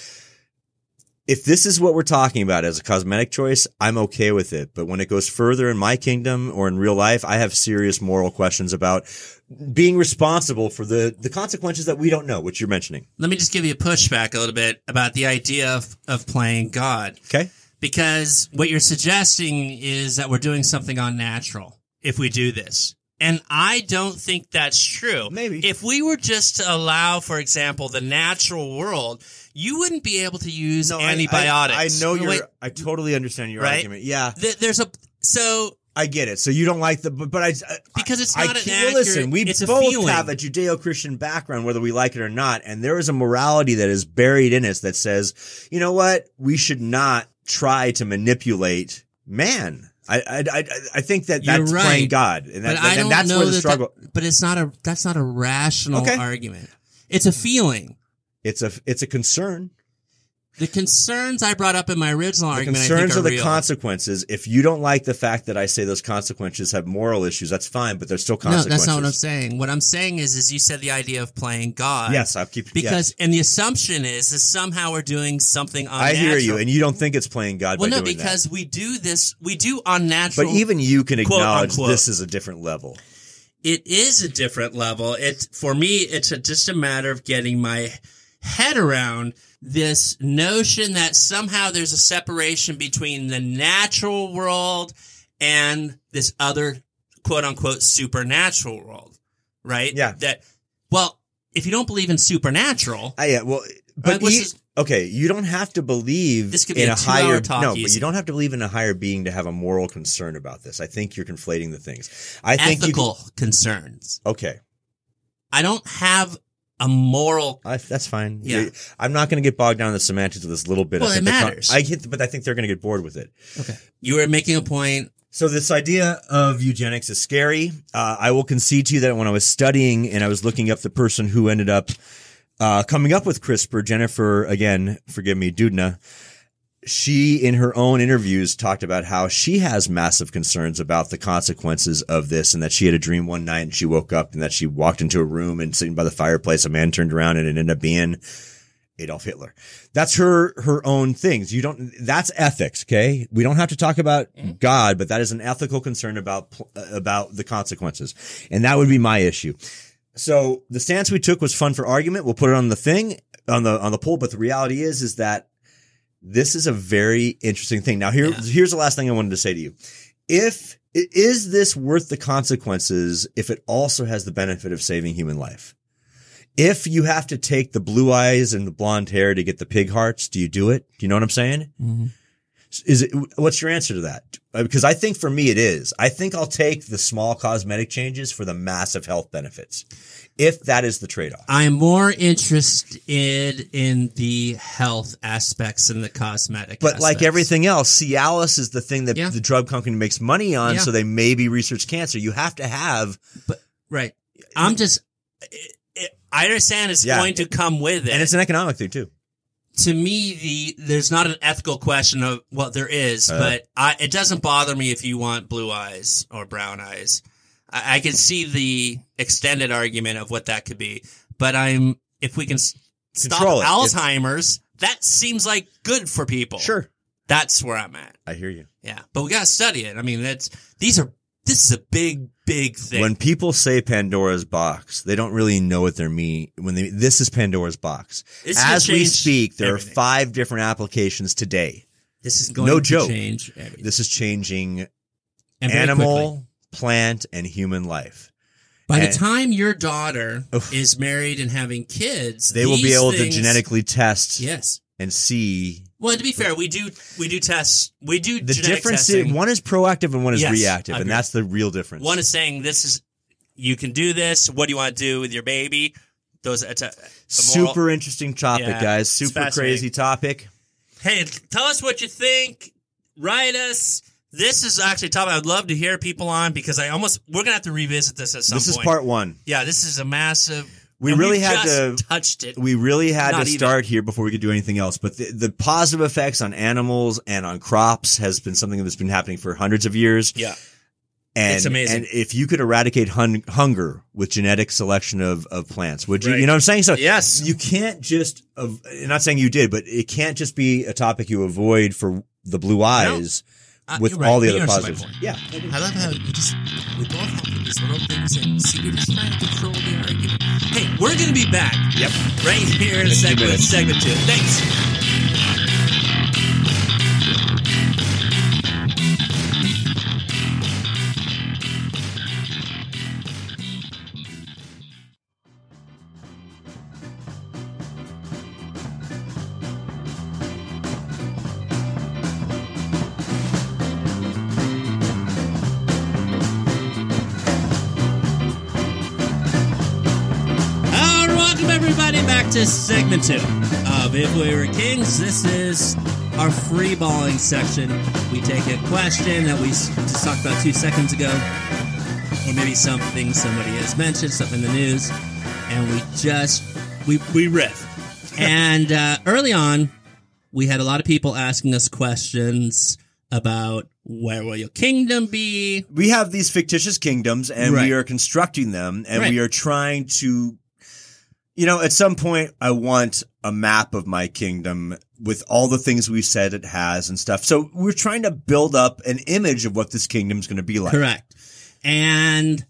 [SPEAKER 2] If this is what we're talking about as a cosmetic choice, I'm okay with it. But when it goes further in my kingdom or in real life, I have serious moral questions about being responsible for the the consequences that we don't know, which you're mentioning.
[SPEAKER 1] Let me just give you a pushback a little bit about the idea of, of playing God.
[SPEAKER 2] Okay.
[SPEAKER 1] because what you're suggesting is that we're doing something unnatural if we do this. And I don't think that's true.
[SPEAKER 2] Maybe.
[SPEAKER 1] If we were just to allow, for example, the natural world, you wouldn't be able to use antibiotics.
[SPEAKER 2] I, know
[SPEAKER 1] Wait,
[SPEAKER 2] you're. I totally understand your
[SPEAKER 1] Right?
[SPEAKER 2] argument. Yeah,
[SPEAKER 1] th- there's a so
[SPEAKER 2] I get it. So you don't like the, but, but I, I
[SPEAKER 1] Because it's
[SPEAKER 2] I
[SPEAKER 1] not an
[SPEAKER 2] can't-
[SPEAKER 1] accurate-
[SPEAKER 2] Listen, we
[SPEAKER 1] it's a
[SPEAKER 2] both
[SPEAKER 1] feeling.
[SPEAKER 2] have a Judeo-Christian background, whether we like it or not, and there is a morality that is buried in us that says, you know what, we should not try to manipulate man. I I I, I think that
[SPEAKER 1] You're
[SPEAKER 2] that's playing
[SPEAKER 1] right.
[SPEAKER 2] God, and, that,
[SPEAKER 1] but I
[SPEAKER 2] and
[SPEAKER 1] don't
[SPEAKER 2] that's
[SPEAKER 1] know
[SPEAKER 2] where the
[SPEAKER 1] that
[SPEAKER 2] struggle.
[SPEAKER 1] That, but it's not a that's not a rational
[SPEAKER 2] Okay.
[SPEAKER 1] argument. It's a feeling.
[SPEAKER 2] it's a it's a concern.
[SPEAKER 1] The concerns I brought up in my original
[SPEAKER 2] The
[SPEAKER 1] argument I think
[SPEAKER 2] concerns are,
[SPEAKER 1] are,
[SPEAKER 2] the
[SPEAKER 1] real.
[SPEAKER 2] consequences. If you don't like the fact that I say those consequences have moral issues, that's fine, but there's still
[SPEAKER 1] no,
[SPEAKER 2] consequences.
[SPEAKER 1] that's not what I'm saying. What I'm saying is, is you said the idea of playing God.
[SPEAKER 2] Yes, I'll keep yes.
[SPEAKER 1] Because and the assumption is is somehow we're doing something unnatural.
[SPEAKER 2] I hear you, and you don't think it's playing God
[SPEAKER 1] well,
[SPEAKER 2] by
[SPEAKER 1] no,
[SPEAKER 2] doing that.
[SPEAKER 1] because we do this, we do unnatural.
[SPEAKER 2] But even you can
[SPEAKER 1] Quote,
[SPEAKER 2] acknowledge
[SPEAKER 1] unquote.
[SPEAKER 2] this is a different level.
[SPEAKER 1] it is a different level. It for me, it's a, just a matter of getting my head around this notion that somehow there's a separation between the natural world and this other quote unquote supernatural world, right?
[SPEAKER 2] Yeah.
[SPEAKER 1] That well, if you don't believe in supernatural,
[SPEAKER 2] I, yeah, well, but
[SPEAKER 1] what's
[SPEAKER 2] you-
[SPEAKER 1] this-
[SPEAKER 2] okay, you don't have to believe
[SPEAKER 1] This could be
[SPEAKER 2] in
[SPEAKER 1] a
[SPEAKER 2] a, higher
[SPEAKER 1] two-hour talk
[SPEAKER 2] no, but
[SPEAKER 1] easy.
[SPEAKER 2] you don't have to believe in a higher being to have a moral concern about this. I think you're conflating the things. I think you
[SPEAKER 1] ethical concerns.
[SPEAKER 2] okay,
[SPEAKER 1] I don't have a moral.
[SPEAKER 2] I, that's fine.
[SPEAKER 1] Yeah.
[SPEAKER 2] You- I'm not going to get bogged down in the semantics of this little bit.
[SPEAKER 1] Well,
[SPEAKER 2] I
[SPEAKER 1] it
[SPEAKER 2] think the con-
[SPEAKER 1] matters.
[SPEAKER 2] I get, but I think they're going to get bored with it.
[SPEAKER 1] You were making a point.
[SPEAKER 2] So this idea of eugenics is scary. Uh, I will concede to you that when I was studying and I was looking up the person who ended up uh, coming up with CRISPR, Jennifer, again, forgive me, Dudna, she in her own interviews talked about how she has massive concerns about the consequences of this and that she had a dream one night and she woke up and that she walked into a room and sitting by the fireplace, a man turned around and it ended up being Adolf Hitler. That's her her own things. You don't. That's ethics. Okay, we don't have to talk about God, uh, but that is an ethical concern about pl- about the consequences, and that would be my issue. So the stance we took was fun for argument. We'll put it on the thing on the on the poll, but the reality is is that this is a very interesting thing. Now here
[SPEAKER 1] Yeah.
[SPEAKER 2] here's the last thing I wanted to say to you. If i- is this worth the consequences if it also has the benefit of saving human life? If you have to take the blue eyes and the blonde hair to get the pig hearts, do you do it? Do you know what I'm saying? is it what's your answer to that Uh, because i think for me it is i think i'll take the small cosmetic changes for the massive health benefits if that is the trade-off
[SPEAKER 1] I'm more interested in the health aspects and the cosmetic.
[SPEAKER 2] but like
[SPEAKER 1] aspects.
[SPEAKER 2] everything else cialis is the thing that
[SPEAKER 1] Yeah.
[SPEAKER 2] the drug company makes money on
[SPEAKER 1] Yeah.
[SPEAKER 2] so they maybe research cancer you have to have
[SPEAKER 1] right? I'm just. It, it, I understand it's
[SPEAKER 2] Yeah.
[SPEAKER 1] going to come with it.
[SPEAKER 2] and it's an economic thing too
[SPEAKER 1] to me, the there's not an ethical question of well, there is,
[SPEAKER 2] Uh.
[SPEAKER 1] but I, it doesn't bother me if you want blue eyes or brown eyes. I, I can see the extended argument of what that could be, but I'm if we can s- stop
[SPEAKER 2] Control it.
[SPEAKER 1] Alzheimer's, that seems like good for people.
[SPEAKER 2] sure
[SPEAKER 1] that's where I'm at.
[SPEAKER 2] i hear you
[SPEAKER 1] Yeah, but we gotta study it. I mean, that's these are this is a big, big thing.
[SPEAKER 2] when people say pandora's box they don't really know what they're mean when they this is pandora's box
[SPEAKER 1] This is gonna
[SPEAKER 2] as we
[SPEAKER 1] change
[SPEAKER 2] speak there
[SPEAKER 1] everything.
[SPEAKER 2] are five different applications today
[SPEAKER 1] this is going
[SPEAKER 2] no
[SPEAKER 1] to
[SPEAKER 2] joke.
[SPEAKER 1] change everything.
[SPEAKER 2] this is changing
[SPEAKER 1] And very
[SPEAKER 2] animal,
[SPEAKER 1] quickly.
[SPEAKER 2] plant, and human life.
[SPEAKER 1] By the
[SPEAKER 2] and-
[SPEAKER 1] time your daughter
[SPEAKER 2] Oof.
[SPEAKER 1] is married and having kids,
[SPEAKER 2] They will be
[SPEAKER 1] these
[SPEAKER 2] able
[SPEAKER 1] things-
[SPEAKER 2] to genetically test
[SPEAKER 1] Yes.
[SPEAKER 2] and see
[SPEAKER 1] Well, to be fair, we do we do tests. We do
[SPEAKER 2] the
[SPEAKER 1] genetic
[SPEAKER 2] difference.
[SPEAKER 1] Testing.
[SPEAKER 2] One is proactive and one is
[SPEAKER 1] Yes,
[SPEAKER 2] reactive,
[SPEAKER 1] I
[SPEAKER 2] and
[SPEAKER 1] agree.
[SPEAKER 2] that's the real difference.
[SPEAKER 1] One is saying this is you can do this. What do you want to do with your baby? Those it's a- a moral-
[SPEAKER 2] super interesting topic,
[SPEAKER 1] Yeah,
[SPEAKER 2] guys.
[SPEAKER 1] it's
[SPEAKER 2] Super
[SPEAKER 1] fascinating.
[SPEAKER 2] crazy topic.
[SPEAKER 1] Hey, tell us what you think. Write us. This is actually a topic I'd love to hear people on because I almost we're gonna have to revisit this at some
[SPEAKER 2] this
[SPEAKER 1] point.
[SPEAKER 2] is part one.
[SPEAKER 1] yeah, this is a massive.
[SPEAKER 2] We
[SPEAKER 1] and
[SPEAKER 2] really
[SPEAKER 1] we've
[SPEAKER 2] had
[SPEAKER 1] just
[SPEAKER 2] to-
[SPEAKER 1] touched it.
[SPEAKER 2] We really had
[SPEAKER 1] Not
[SPEAKER 2] to
[SPEAKER 1] even.
[SPEAKER 2] start here before we could do anything else. But the, the positive effects on animals and on crops has been something that's been happening for hundreds of years.
[SPEAKER 1] yeah,
[SPEAKER 2] And,
[SPEAKER 1] It's amazing.
[SPEAKER 2] And if you could eradicate hun- hunger with genetic selection of, of plants, would you?
[SPEAKER 1] Right.
[SPEAKER 2] You know what I'm saying? So
[SPEAKER 1] Yes.
[SPEAKER 2] you can't just. Uh, not saying you did, but it can't just be a topic you avoid for the blue eyes
[SPEAKER 1] Uh,
[SPEAKER 2] with
[SPEAKER 1] you're right.
[SPEAKER 2] all the
[SPEAKER 1] You
[SPEAKER 2] other
[SPEAKER 1] understand my
[SPEAKER 2] positives.
[SPEAKER 1] point.
[SPEAKER 2] Yeah,
[SPEAKER 1] I love how you just we both have these little things and see we're just trying to control the argument. Hey, we're gonna be back.
[SPEAKER 2] Yep.
[SPEAKER 1] Right here in
[SPEAKER 2] In a few
[SPEAKER 1] segment
[SPEAKER 2] minutes.
[SPEAKER 1] segment two. Thanks. All right, Uh, welcome everybody back to segment two of If We Were Kings. This is our free balling section. We take a question that we s- just talked about two seconds ago, or maybe something somebody has mentioned, something in the news, and we just we we riff. and uh, early on, we had a lot of people asking us questions about where will your kingdom be?
[SPEAKER 2] we have these fictitious kingdoms, and
[SPEAKER 1] Right.
[SPEAKER 2] we are constructing them, and
[SPEAKER 1] Right.
[SPEAKER 2] we are trying to. You know, at some point, I want a map of my kingdom with all the things we said it has and stuff. So we're trying to build up an image of what this kingdom's going to be like.
[SPEAKER 1] Correct. And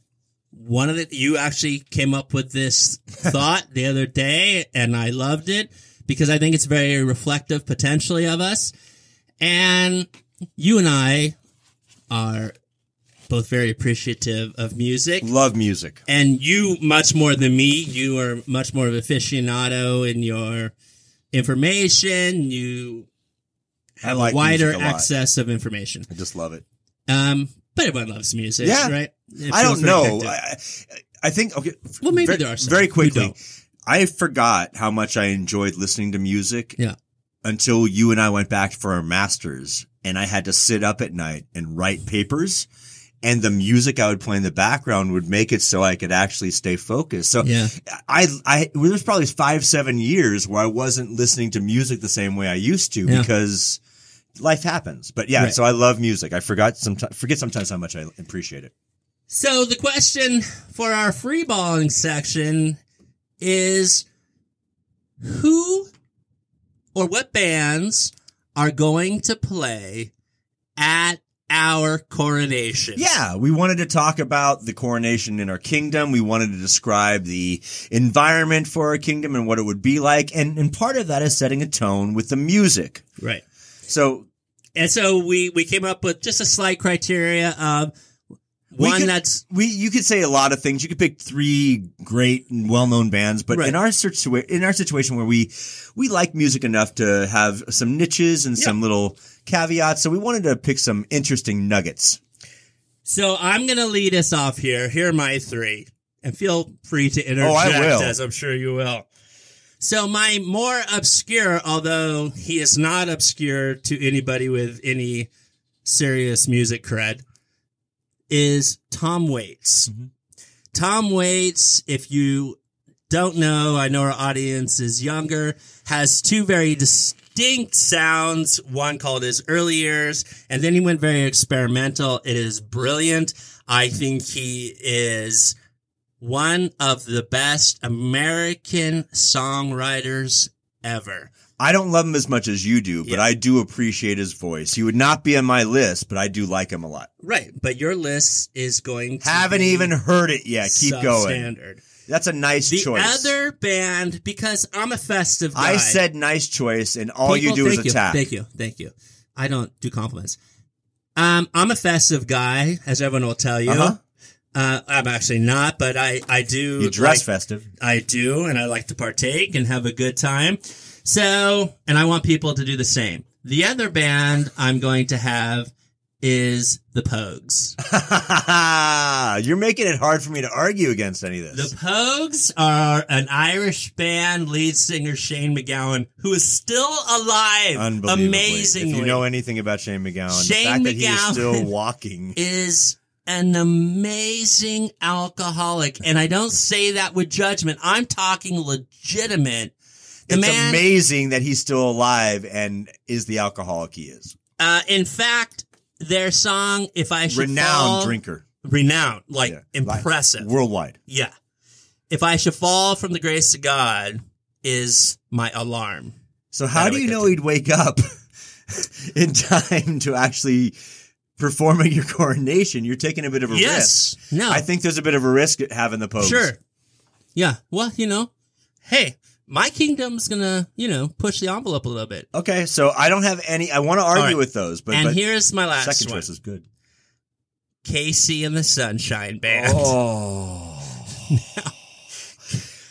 [SPEAKER 1] one of the you actually came up with this thought the other day and I loved it because I think it's very reflective potentially of us. And you and I are both very appreciative of music
[SPEAKER 2] Love music.
[SPEAKER 1] and you much more than me. You are much more of an aficionado in your information. You
[SPEAKER 2] I
[SPEAKER 1] have
[SPEAKER 2] like
[SPEAKER 1] a wider
[SPEAKER 2] music a lot.
[SPEAKER 1] access of information.
[SPEAKER 2] I just love it.
[SPEAKER 1] Um, but everyone loves music,
[SPEAKER 2] Yeah.
[SPEAKER 1] right? It
[SPEAKER 2] I
[SPEAKER 1] feels
[SPEAKER 2] don't
[SPEAKER 1] very
[SPEAKER 2] know.
[SPEAKER 1] connected.
[SPEAKER 2] I, I think okay.
[SPEAKER 1] Well, maybe
[SPEAKER 2] very,
[SPEAKER 1] there are some
[SPEAKER 2] very
[SPEAKER 1] who
[SPEAKER 2] quickly.
[SPEAKER 1] don't.
[SPEAKER 2] I forgot how much I enjoyed listening to music.
[SPEAKER 1] Yeah.
[SPEAKER 2] Until you and I went back for our masters, and I had to sit up at night and write papers, and the music I would play in the background would make it so I could actually stay focused. So
[SPEAKER 1] Yeah.
[SPEAKER 2] I, I well, there's probably five, seven years where I wasn't listening to music the same way I used to
[SPEAKER 1] Yeah.
[SPEAKER 2] because life happens. But yeah,
[SPEAKER 1] Right.
[SPEAKER 2] so I love music. I forgot sometimes forget sometimes how much I appreciate it.
[SPEAKER 1] So the question for our free balling section is who or what bands are going to play at our coronation.
[SPEAKER 2] Yeah, we wanted to talk about the coronation in our kingdom. We wanted to describe the environment for our kingdom and what it would be like. And, and part of that is setting a tone with the music.
[SPEAKER 1] Right.
[SPEAKER 2] So
[SPEAKER 1] And so we, we came up with just a slight criteria of
[SPEAKER 2] we
[SPEAKER 1] one
[SPEAKER 2] could-
[SPEAKER 1] that's
[SPEAKER 2] we you could say a lot of things. You could pick three great and well known bands, but
[SPEAKER 1] Right.
[SPEAKER 2] in our situa- in our situation where we we like music enough to have some niches and some little caveats, so we wanted to pick some interesting nuggets.
[SPEAKER 1] so I'm gonna lead us off here. Here are my three. And feel free to interject
[SPEAKER 2] will.
[SPEAKER 1] as I'm sure you will. So my more obscure, although he is not obscure to anybody with any serious music cred, is Tom Waits. Tom Waits, if you don't know, I know our audience is younger, has two very distinct sounds. One called his early years, and then he went very experimental. It is brilliant. I think he is one of the best American songwriters ever.
[SPEAKER 2] I don't love him as much as you do, but
[SPEAKER 1] Yeah.
[SPEAKER 2] I do appreciate his voice. He would not be on my list, but I do like him a lot.
[SPEAKER 1] Right, but your list is going to
[SPEAKER 2] Haven't
[SPEAKER 1] be
[SPEAKER 2] even heard it yet. Keep going.
[SPEAKER 1] substandard.
[SPEAKER 2] That's a nice
[SPEAKER 1] The
[SPEAKER 2] choice.
[SPEAKER 1] other band, because I'm a festive guy.
[SPEAKER 2] I said nice choice, and all
[SPEAKER 1] People-
[SPEAKER 2] you do is
[SPEAKER 1] thank you,
[SPEAKER 2] attack.
[SPEAKER 1] Thank you, thank you. I don't do compliments. Um, I'm a festive guy, as everyone will tell you.
[SPEAKER 2] Uh-huh.
[SPEAKER 1] Uh, I'm actually not, but I I do
[SPEAKER 2] You dress
[SPEAKER 1] like,
[SPEAKER 2] festive.
[SPEAKER 1] I do, and I like to partake and have a good time. So, and I want people to do the same. The other band I'm going to have is the Pogues.
[SPEAKER 2] You're making it hard for me to argue against any of
[SPEAKER 1] The
[SPEAKER 2] this.
[SPEAKER 1] Pogues are an Irish band lead singer Shane McGowan, who is still alive,
[SPEAKER 2] Unbelievably.
[SPEAKER 1] amazingly.
[SPEAKER 2] If you know anything about Shane McGowan,
[SPEAKER 1] Shane
[SPEAKER 2] the fact that he is
[SPEAKER 1] McGowan-
[SPEAKER 2] still walking.
[SPEAKER 1] is an amazing alcoholic. And I don't say that with judgment. I'm talking legitimate. The
[SPEAKER 2] It's
[SPEAKER 1] man,
[SPEAKER 2] amazing that he's still alive and is the alcoholic he is.
[SPEAKER 1] uh, in fact, their song, If I Should
[SPEAKER 2] Renowned
[SPEAKER 1] Fall,
[SPEAKER 2] drinker.
[SPEAKER 1] renowned, like
[SPEAKER 2] Yeah. Like,
[SPEAKER 1] impressive.
[SPEAKER 2] Worldwide.
[SPEAKER 1] yeah. If I Should Fall from the Grace of God is my alarm.
[SPEAKER 2] So how
[SPEAKER 1] Gotta
[SPEAKER 2] do
[SPEAKER 1] wake
[SPEAKER 2] you
[SPEAKER 1] up
[SPEAKER 2] know
[SPEAKER 1] to-
[SPEAKER 2] he'd wake up in time to actually perform at your coronation? You're taking a bit of a
[SPEAKER 1] Yes.
[SPEAKER 2] risk.
[SPEAKER 1] No.
[SPEAKER 2] I think there's a bit of a risk at having the Pope.
[SPEAKER 1] Sure. Yeah. Well, you know, hey, my kingdom's going to, you know, push the envelope a little bit.
[SPEAKER 2] Okay, so I don't have any. I want to argue
[SPEAKER 1] right.
[SPEAKER 2] with those, but,
[SPEAKER 1] and
[SPEAKER 2] but
[SPEAKER 1] here's my last
[SPEAKER 2] second
[SPEAKER 1] one.
[SPEAKER 2] choice is good.
[SPEAKER 1] Casey and the Sunshine Band.
[SPEAKER 2] Oh.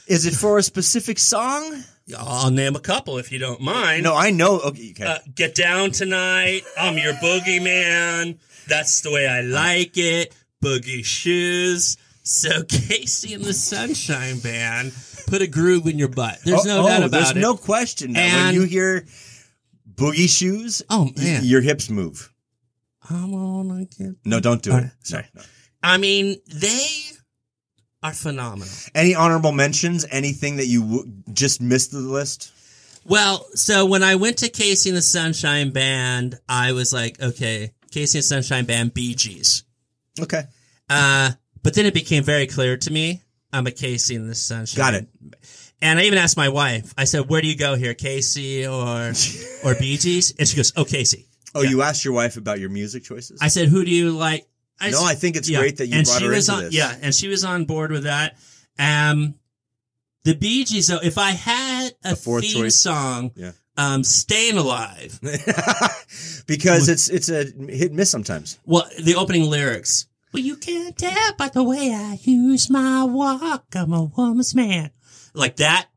[SPEAKER 2] Is it for a specific song?
[SPEAKER 1] I'll name a couple if you don't mind.
[SPEAKER 2] No, I know. Okay, okay.
[SPEAKER 1] Uh, Get Down Tonight, I'm Your Boogeyman, That's the Way I Like It, Boogie Shoes. So Casey and the Sunshine Band put a groove in your butt. There's no
[SPEAKER 2] Oh,
[SPEAKER 1] doubt
[SPEAKER 2] oh,
[SPEAKER 1] about
[SPEAKER 2] there's
[SPEAKER 1] it.
[SPEAKER 2] no question that when
[SPEAKER 1] And-
[SPEAKER 2] you hear boogie shoes,
[SPEAKER 1] Oh,
[SPEAKER 2] y-
[SPEAKER 1] man.
[SPEAKER 2] your hips move.
[SPEAKER 1] I'm on again.
[SPEAKER 2] No, don't do
[SPEAKER 1] All
[SPEAKER 2] it.
[SPEAKER 1] right, sorry.
[SPEAKER 2] No, no.
[SPEAKER 1] I mean, they are phenomenal.
[SPEAKER 2] Any honorable mentions? Anything that you w- just missed the list?
[SPEAKER 1] Well, so when I went to Casey and the Sunshine Band, I was like, okay, Casey and the Sunshine Band, Bee Gees.
[SPEAKER 2] Okay,
[SPEAKER 1] Uh, but then it became very clear to me I'm a Casey in the sunshine.
[SPEAKER 2] got it.
[SPEAKER 1] And I even asked my wife, I said, where do you go here, Casey or or Bee Gees? And she goes, oh, Casey.
[SPEAKER 2] Oh, you asked your wife about your music choices.
[SPEAKER 1] I said, who do you like? I
[SPEAKER 2] no,
[SPEAKER 1] s-
[SPEAKER 2] I think it's
[SPEAKER 1] yeah.
[SPEAKER 2] great that you
[SPEAKER 1] and
[SPEAKER 2] brought
[SPEAKER 1] she
[SPEAKER 2] her
[SPEAKER 1] was
[SPEAKER 2] into
[SPEAKER 1] on,
[SPEAKER 2] this.
[SPEAKER 1] Yeah, and she was on board with that. Um, the Bee Gees, though, if I had a,
[SPEAKER 2] A fourth
[SPEAKER 1] theme
[SPEAKER 2] choice.
[SPEAKER 1] song,
[SPEAKER 2] Yeah.
[SPEAKER 1] um, Staying Alive,
[SPEAKER 2] because it's it's a hit and miss sometimes.
[SPEAKER 1] Well, the opening lyrics. Well, you can't tell by the way I use my walk. I'm a woman's man. Like that.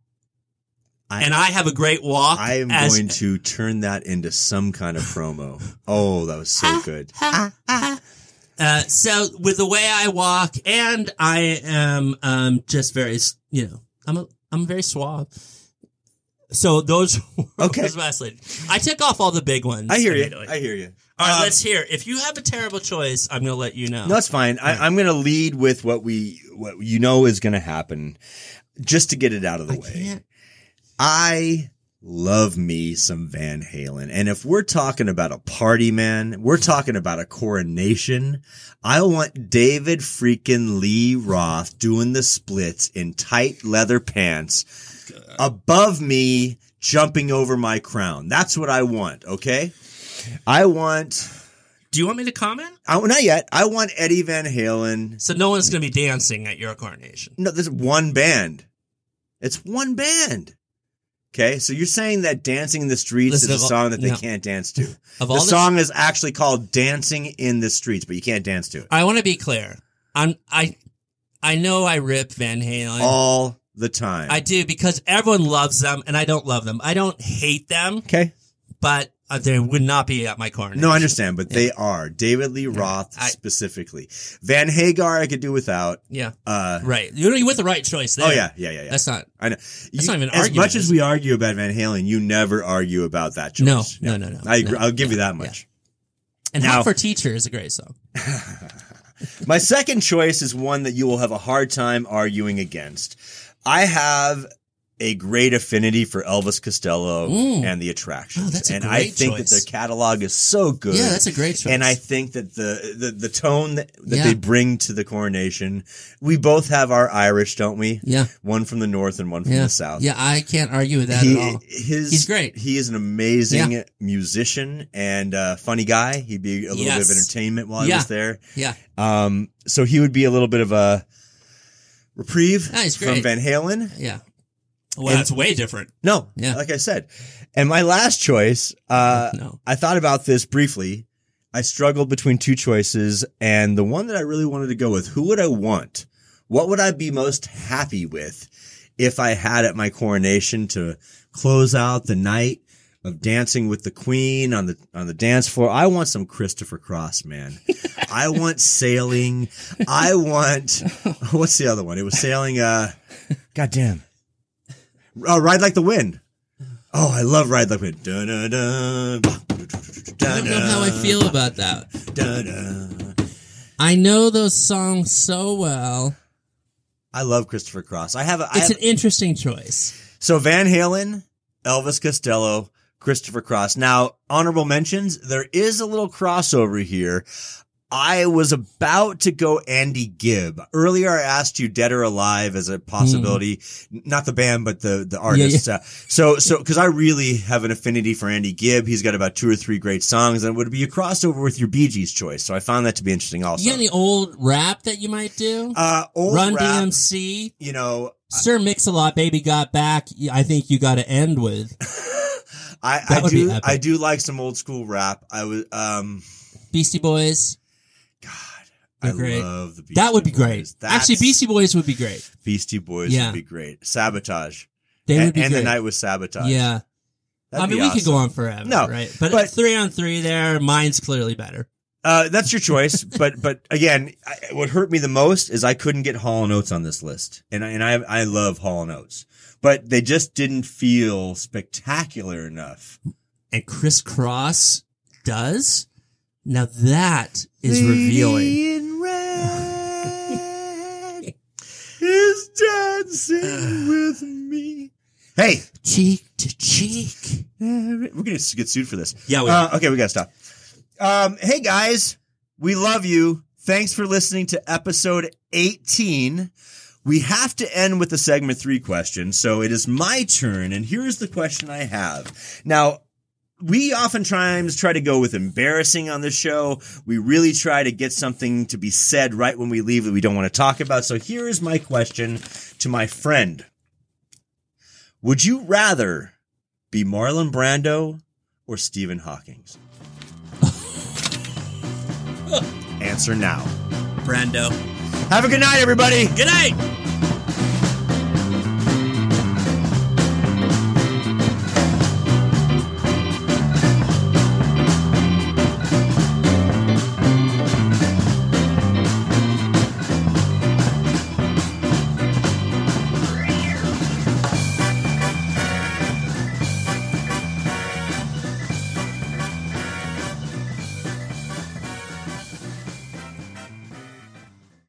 [SPEAKER 2] I-
[SPEAKER 1] and I have a great walk.
[SPEAKER 2] I am
[SPEAKER 1] as-
[SPEAKER 2] going to turn that into some kind of promo. Oh, that was so
[SPEAKER 1] Ah,
[SPEAKER 2] good.
[SPEAKER 1] Uh, so with the way I walk, and I am um, just very, s- you know, I'm a, I'm very suave. So those were
[SPEAKER 2] Okay.
[SPEAKER 1] those last lady. I took off all the big ones.
[SPEAKER 2] I hear you.
[SPEAKER 1] immediately.
[SPEAKER 2] I hear you.
[SPEAKER 1] all right,
[SPEAKER 2] Um,
[SPEAKER 1] let's hear. If you have a terrible choice, I'm going to let you know.
[SPEAKER 2] No, it's fine. I, I'm going to lead with what we what you know is going to happen, just to get it out of the
[SPEAKER 1] I
[SPEAKER 2] way.
[SPEAKER 1] can't.
[SPEAKER 2] I love me some Van Halen, and if we're talking about a party, man, we're talking about a coronation. I want David freaking Lee Roth doing the splits in tight leather pants above me, jumping over my crown. That's what I want. Okay, I want
[SPEAKER 1] Do you want me to comment?
[SPEAKER 2] I, not yet. I want Eddie Van Halen.
[SPEAKER 1] So no one's going to be dancing at your coronation.
[SPEAKER 2] No, this is one band. It's one band. Okay, so you're saying that "Dancing in the Streets"
[SPEAKER 1] Listen,
[SPEAKER 2] is a
[SPEAKER 1] of all-
[SPEAKER 2] song that they
[SPEAKER 1] no.
[SPEAKER 2] can't dance to.
[SPEAKER 1] Of
[SPEAKER 2] The
[SPEAKER 1] all this,
[SPEAKER 2] song is actually called "Dancing in the Streets," but you can't dance to it
[SPEAKER 1] I want to be clear. I'm I I know I rip Van Halen.
[SPEAKER 2] all the time.
[SPEAKER 1] Oh, I do because everyone loves them, and I don't love them. I don't hate them,
[SPEAKER 2] okay,
[SPEAKER 1] but uh, they would not be at my coronation.
[SPEAKER 2] no, I understand, but they are David Lee Roth
[SPEAKER 1] I-
[SPEAKER 2] specifically. Van Hagar, I could do without.
[SPEAKER 1] Yeah,
[SPEAKER 2] Uh,
[SPEAKER 1] right. You're with the right choice there.
[SPEAKER 2] oh yeah, yeah, yeah, yeah.
[SPEAKER 1] that's not.
[SPEAKER 2] I know. You-
[SPEAKER 1] not even an
[SPEAKER 2] as
[SPEAKER 1] argument,
[SPEAKER 2] much as
[SPEAKER 1] is
[SPEAKER 2] we argue about Van Halen, you never argue about that choice.
[SPEAKER 1] No, no, no, no,
[SPEAKER 2] I agree.
[SPEAKER 1] no.
[SPEAKER 2] I'll give you that much.
[SPEAKER 1] And
[SPEAKER 2] Now-
[SPEAKER 1] "Hot for Teacher" is a great song.
[SPEAKER 2] My second choice is one that you will have a hard time arguing against. I have a great affinity for Elvis Costello
[SPEAKER 1] Mm.
[SPEAKER 2] and the Attractions,
[SPEAKER 1] Oh, that's a
[SPEAKER 2] and I
[SPEAKER 1] great
[SPEAKER 2] think
[SPEAKER 1] choice.
[SPEAKER 2] that their catalog is so good.
[SPEAKER 1] Yeah, that's a great choice.
[SPEAKER 2] and I think that the the, the tone that, that
[SPEAKER 1] Yeah.
[SPEAKER 2] they bring to the coronation, we both have our Irish, don't we?
[SPEAKER 1] yeah,
[SPEAKER 2] One from the north and one from
[SPEAKER 1] yeah,
[SPEAKER 2] the south.
[SPEAKER 1] yeah. I can't argue with that
[SPEAKER 2] He-
[SPEAKER 1] at all.
[SPEAKER 2] his-
[SPEAKER 1] He's great.
[SPEAKER 2] He is an amazing musician and uh, funny guy. He'd be a little bit
[SPEAKER 1] Yes.
[SPEAKER 2] of entertainment while he
[SPEAKER 1] Yeah.
[SPEAKER 2] was there.
[SPEAKER 1] Yeah,
[SPEAKER 2] Um, so he would be a little bit of a reprieve
[SPEAKER 1] Ah, he's
[SPEAKER 2] from
[SPEAKER 1] great.
[SPEAKER 2] Van Halen.
[SPEAKER 1] yeah. Well,
[SPEAKER 2] And-
[SPEAKER 1] that's way different.
[SPEAKER 2] No,
[SPEAKER 1] Yeah.
[SPEAKER 2] like I said. And my last choice, uh,
[SPEAKER 1] no.
[SPEAKER 2] I thought about this briefly. I struggled between two choices, and the one that I really wanted to go with, who would I want? What would I be most happy with if I had at my coronation to close out the night of dancing with the queen on the on the dance floor? I want some Christopher Cross, man. I want sailing. I want what's the other one? It was sailing uh goddamn. Uh, Ride Like the Wind. Oh, I love Ride Like the Wind. Dun, dun, dun, uh,
[SPEAKER 1] I don't know how I feel about that.
[SPEAKER 2] Da-da.
[SPEAKER 1] I know those songs so well.
[SPEAKER 2] I love Christopher Cross. I have, a I
[SPEAKER 1] It's
[SPEAKER 2] have
[SPEAKER 1] an interesting choice.
[SPEAKER 2] so Van Halen, Elvis Costello, Christopher Cross. Now, honorable mentions, there is a little crossover here. I was about to go Andy Gibb. Earlier I asked you Dead or Alive as a possibility,
[SPEAKER 1] Hmm.
[SPEAKER 2] not the band but the the artist. Uh, so so cuz I really have an affinity for Andy Gibb. He's got about two or three great songs and it would be a crossover with your Bee Gees choice. So I found that to be interesting also.
[SPEAKER 1] You got any old rap that you might do?
[SPEAKER 2] uh old
[SPEAKER 1] Run
[SPEAKER 2] rap,
[SPEAKER 1] DMC,
[SPEAKER 2] you know,
[SPEAKER 1] Sir Mix-a-Lot, Baby Got Back. I think you got to end with
[SPEAKER 2] I,
[SPEAKER 1] That
[SPEAKER 2] I
[SPEAKER 1] would be
[SPEAKER 2] do
[SPEAKER 1] epic.
[SPEAKER 2] I do like some old school rap. I was um
[SPEAKER 1] Beastie Boys.
[SPEAKER 2] God, I
[SPEAKER 1] They're great.
[SPEAKER 2] love the Beastie
[SPEAKER 1] that would be great.
[SPEAKER 2] Boys. That's-
[SPEAKER 1] Actually, Beastie Boys would be great.
[SPEAKER 2] Beastie Boys
[SPEAKER 1] Yeah.
[SPEAKER 2] would be great. Sabotage.
[SPEAKER 1] They
[SPEAKER 2] and
[SPEAKER 1] would be
[SPEAKER 2] and
[SPEAKER 1] great.
[SPEAKER 2] the night was sabotage.
[SPEAKER 1] yeah,
[SPEAKER 2] That'd
[SPEAKER 1] I mean
[SPEAKER 2] be
[SPEAKER 1] we could go
[SPEAKER 2] awesome.
[SPEAKER 1] on forever.
[SPEAKER 2] No,
[SPEAKER 1] right? But,
[SPEAKER 2] but-
[SPEAKER 1] three on three, there, mine's clearly better.
[SPEAKER 2] Uh, that's your choice, but but again, I, what hurt me the most is I couldn't get Hall and Oates on this list, and I, and I I love Hall and Oates, but they just didn't feel spectacular enough.
[SPEAKER 1] And Chris Cross does. Now that is revealing.
[SPEAKER 2] Lady in red is dancing with me. Hey,
[SPEAKER 1] cheek to cheek.
[SPEAKER 2] we're gonna s- get sued for this.
[SPEAKER 1] Yeah, we
[SPEAKER 2] Uh, okay, we gotta stop. Um, hey guys, we love you. Thanks for listening to episode 18. We have to end with the segment three question, so it is my turn, and here's the question I have. Now, we oftentimes try to go with embarrassing on the show. We really try to get something to be said right when we leave that we don't want to talk about. So here is my question to my friend. Would you rather be Marlon Brando or Stephen Hawking? Answer now.
[SPEAKER 1] Brando.
[SPEAKER 2] Have a good night, everybody.
[SPEAKER 1] Good night.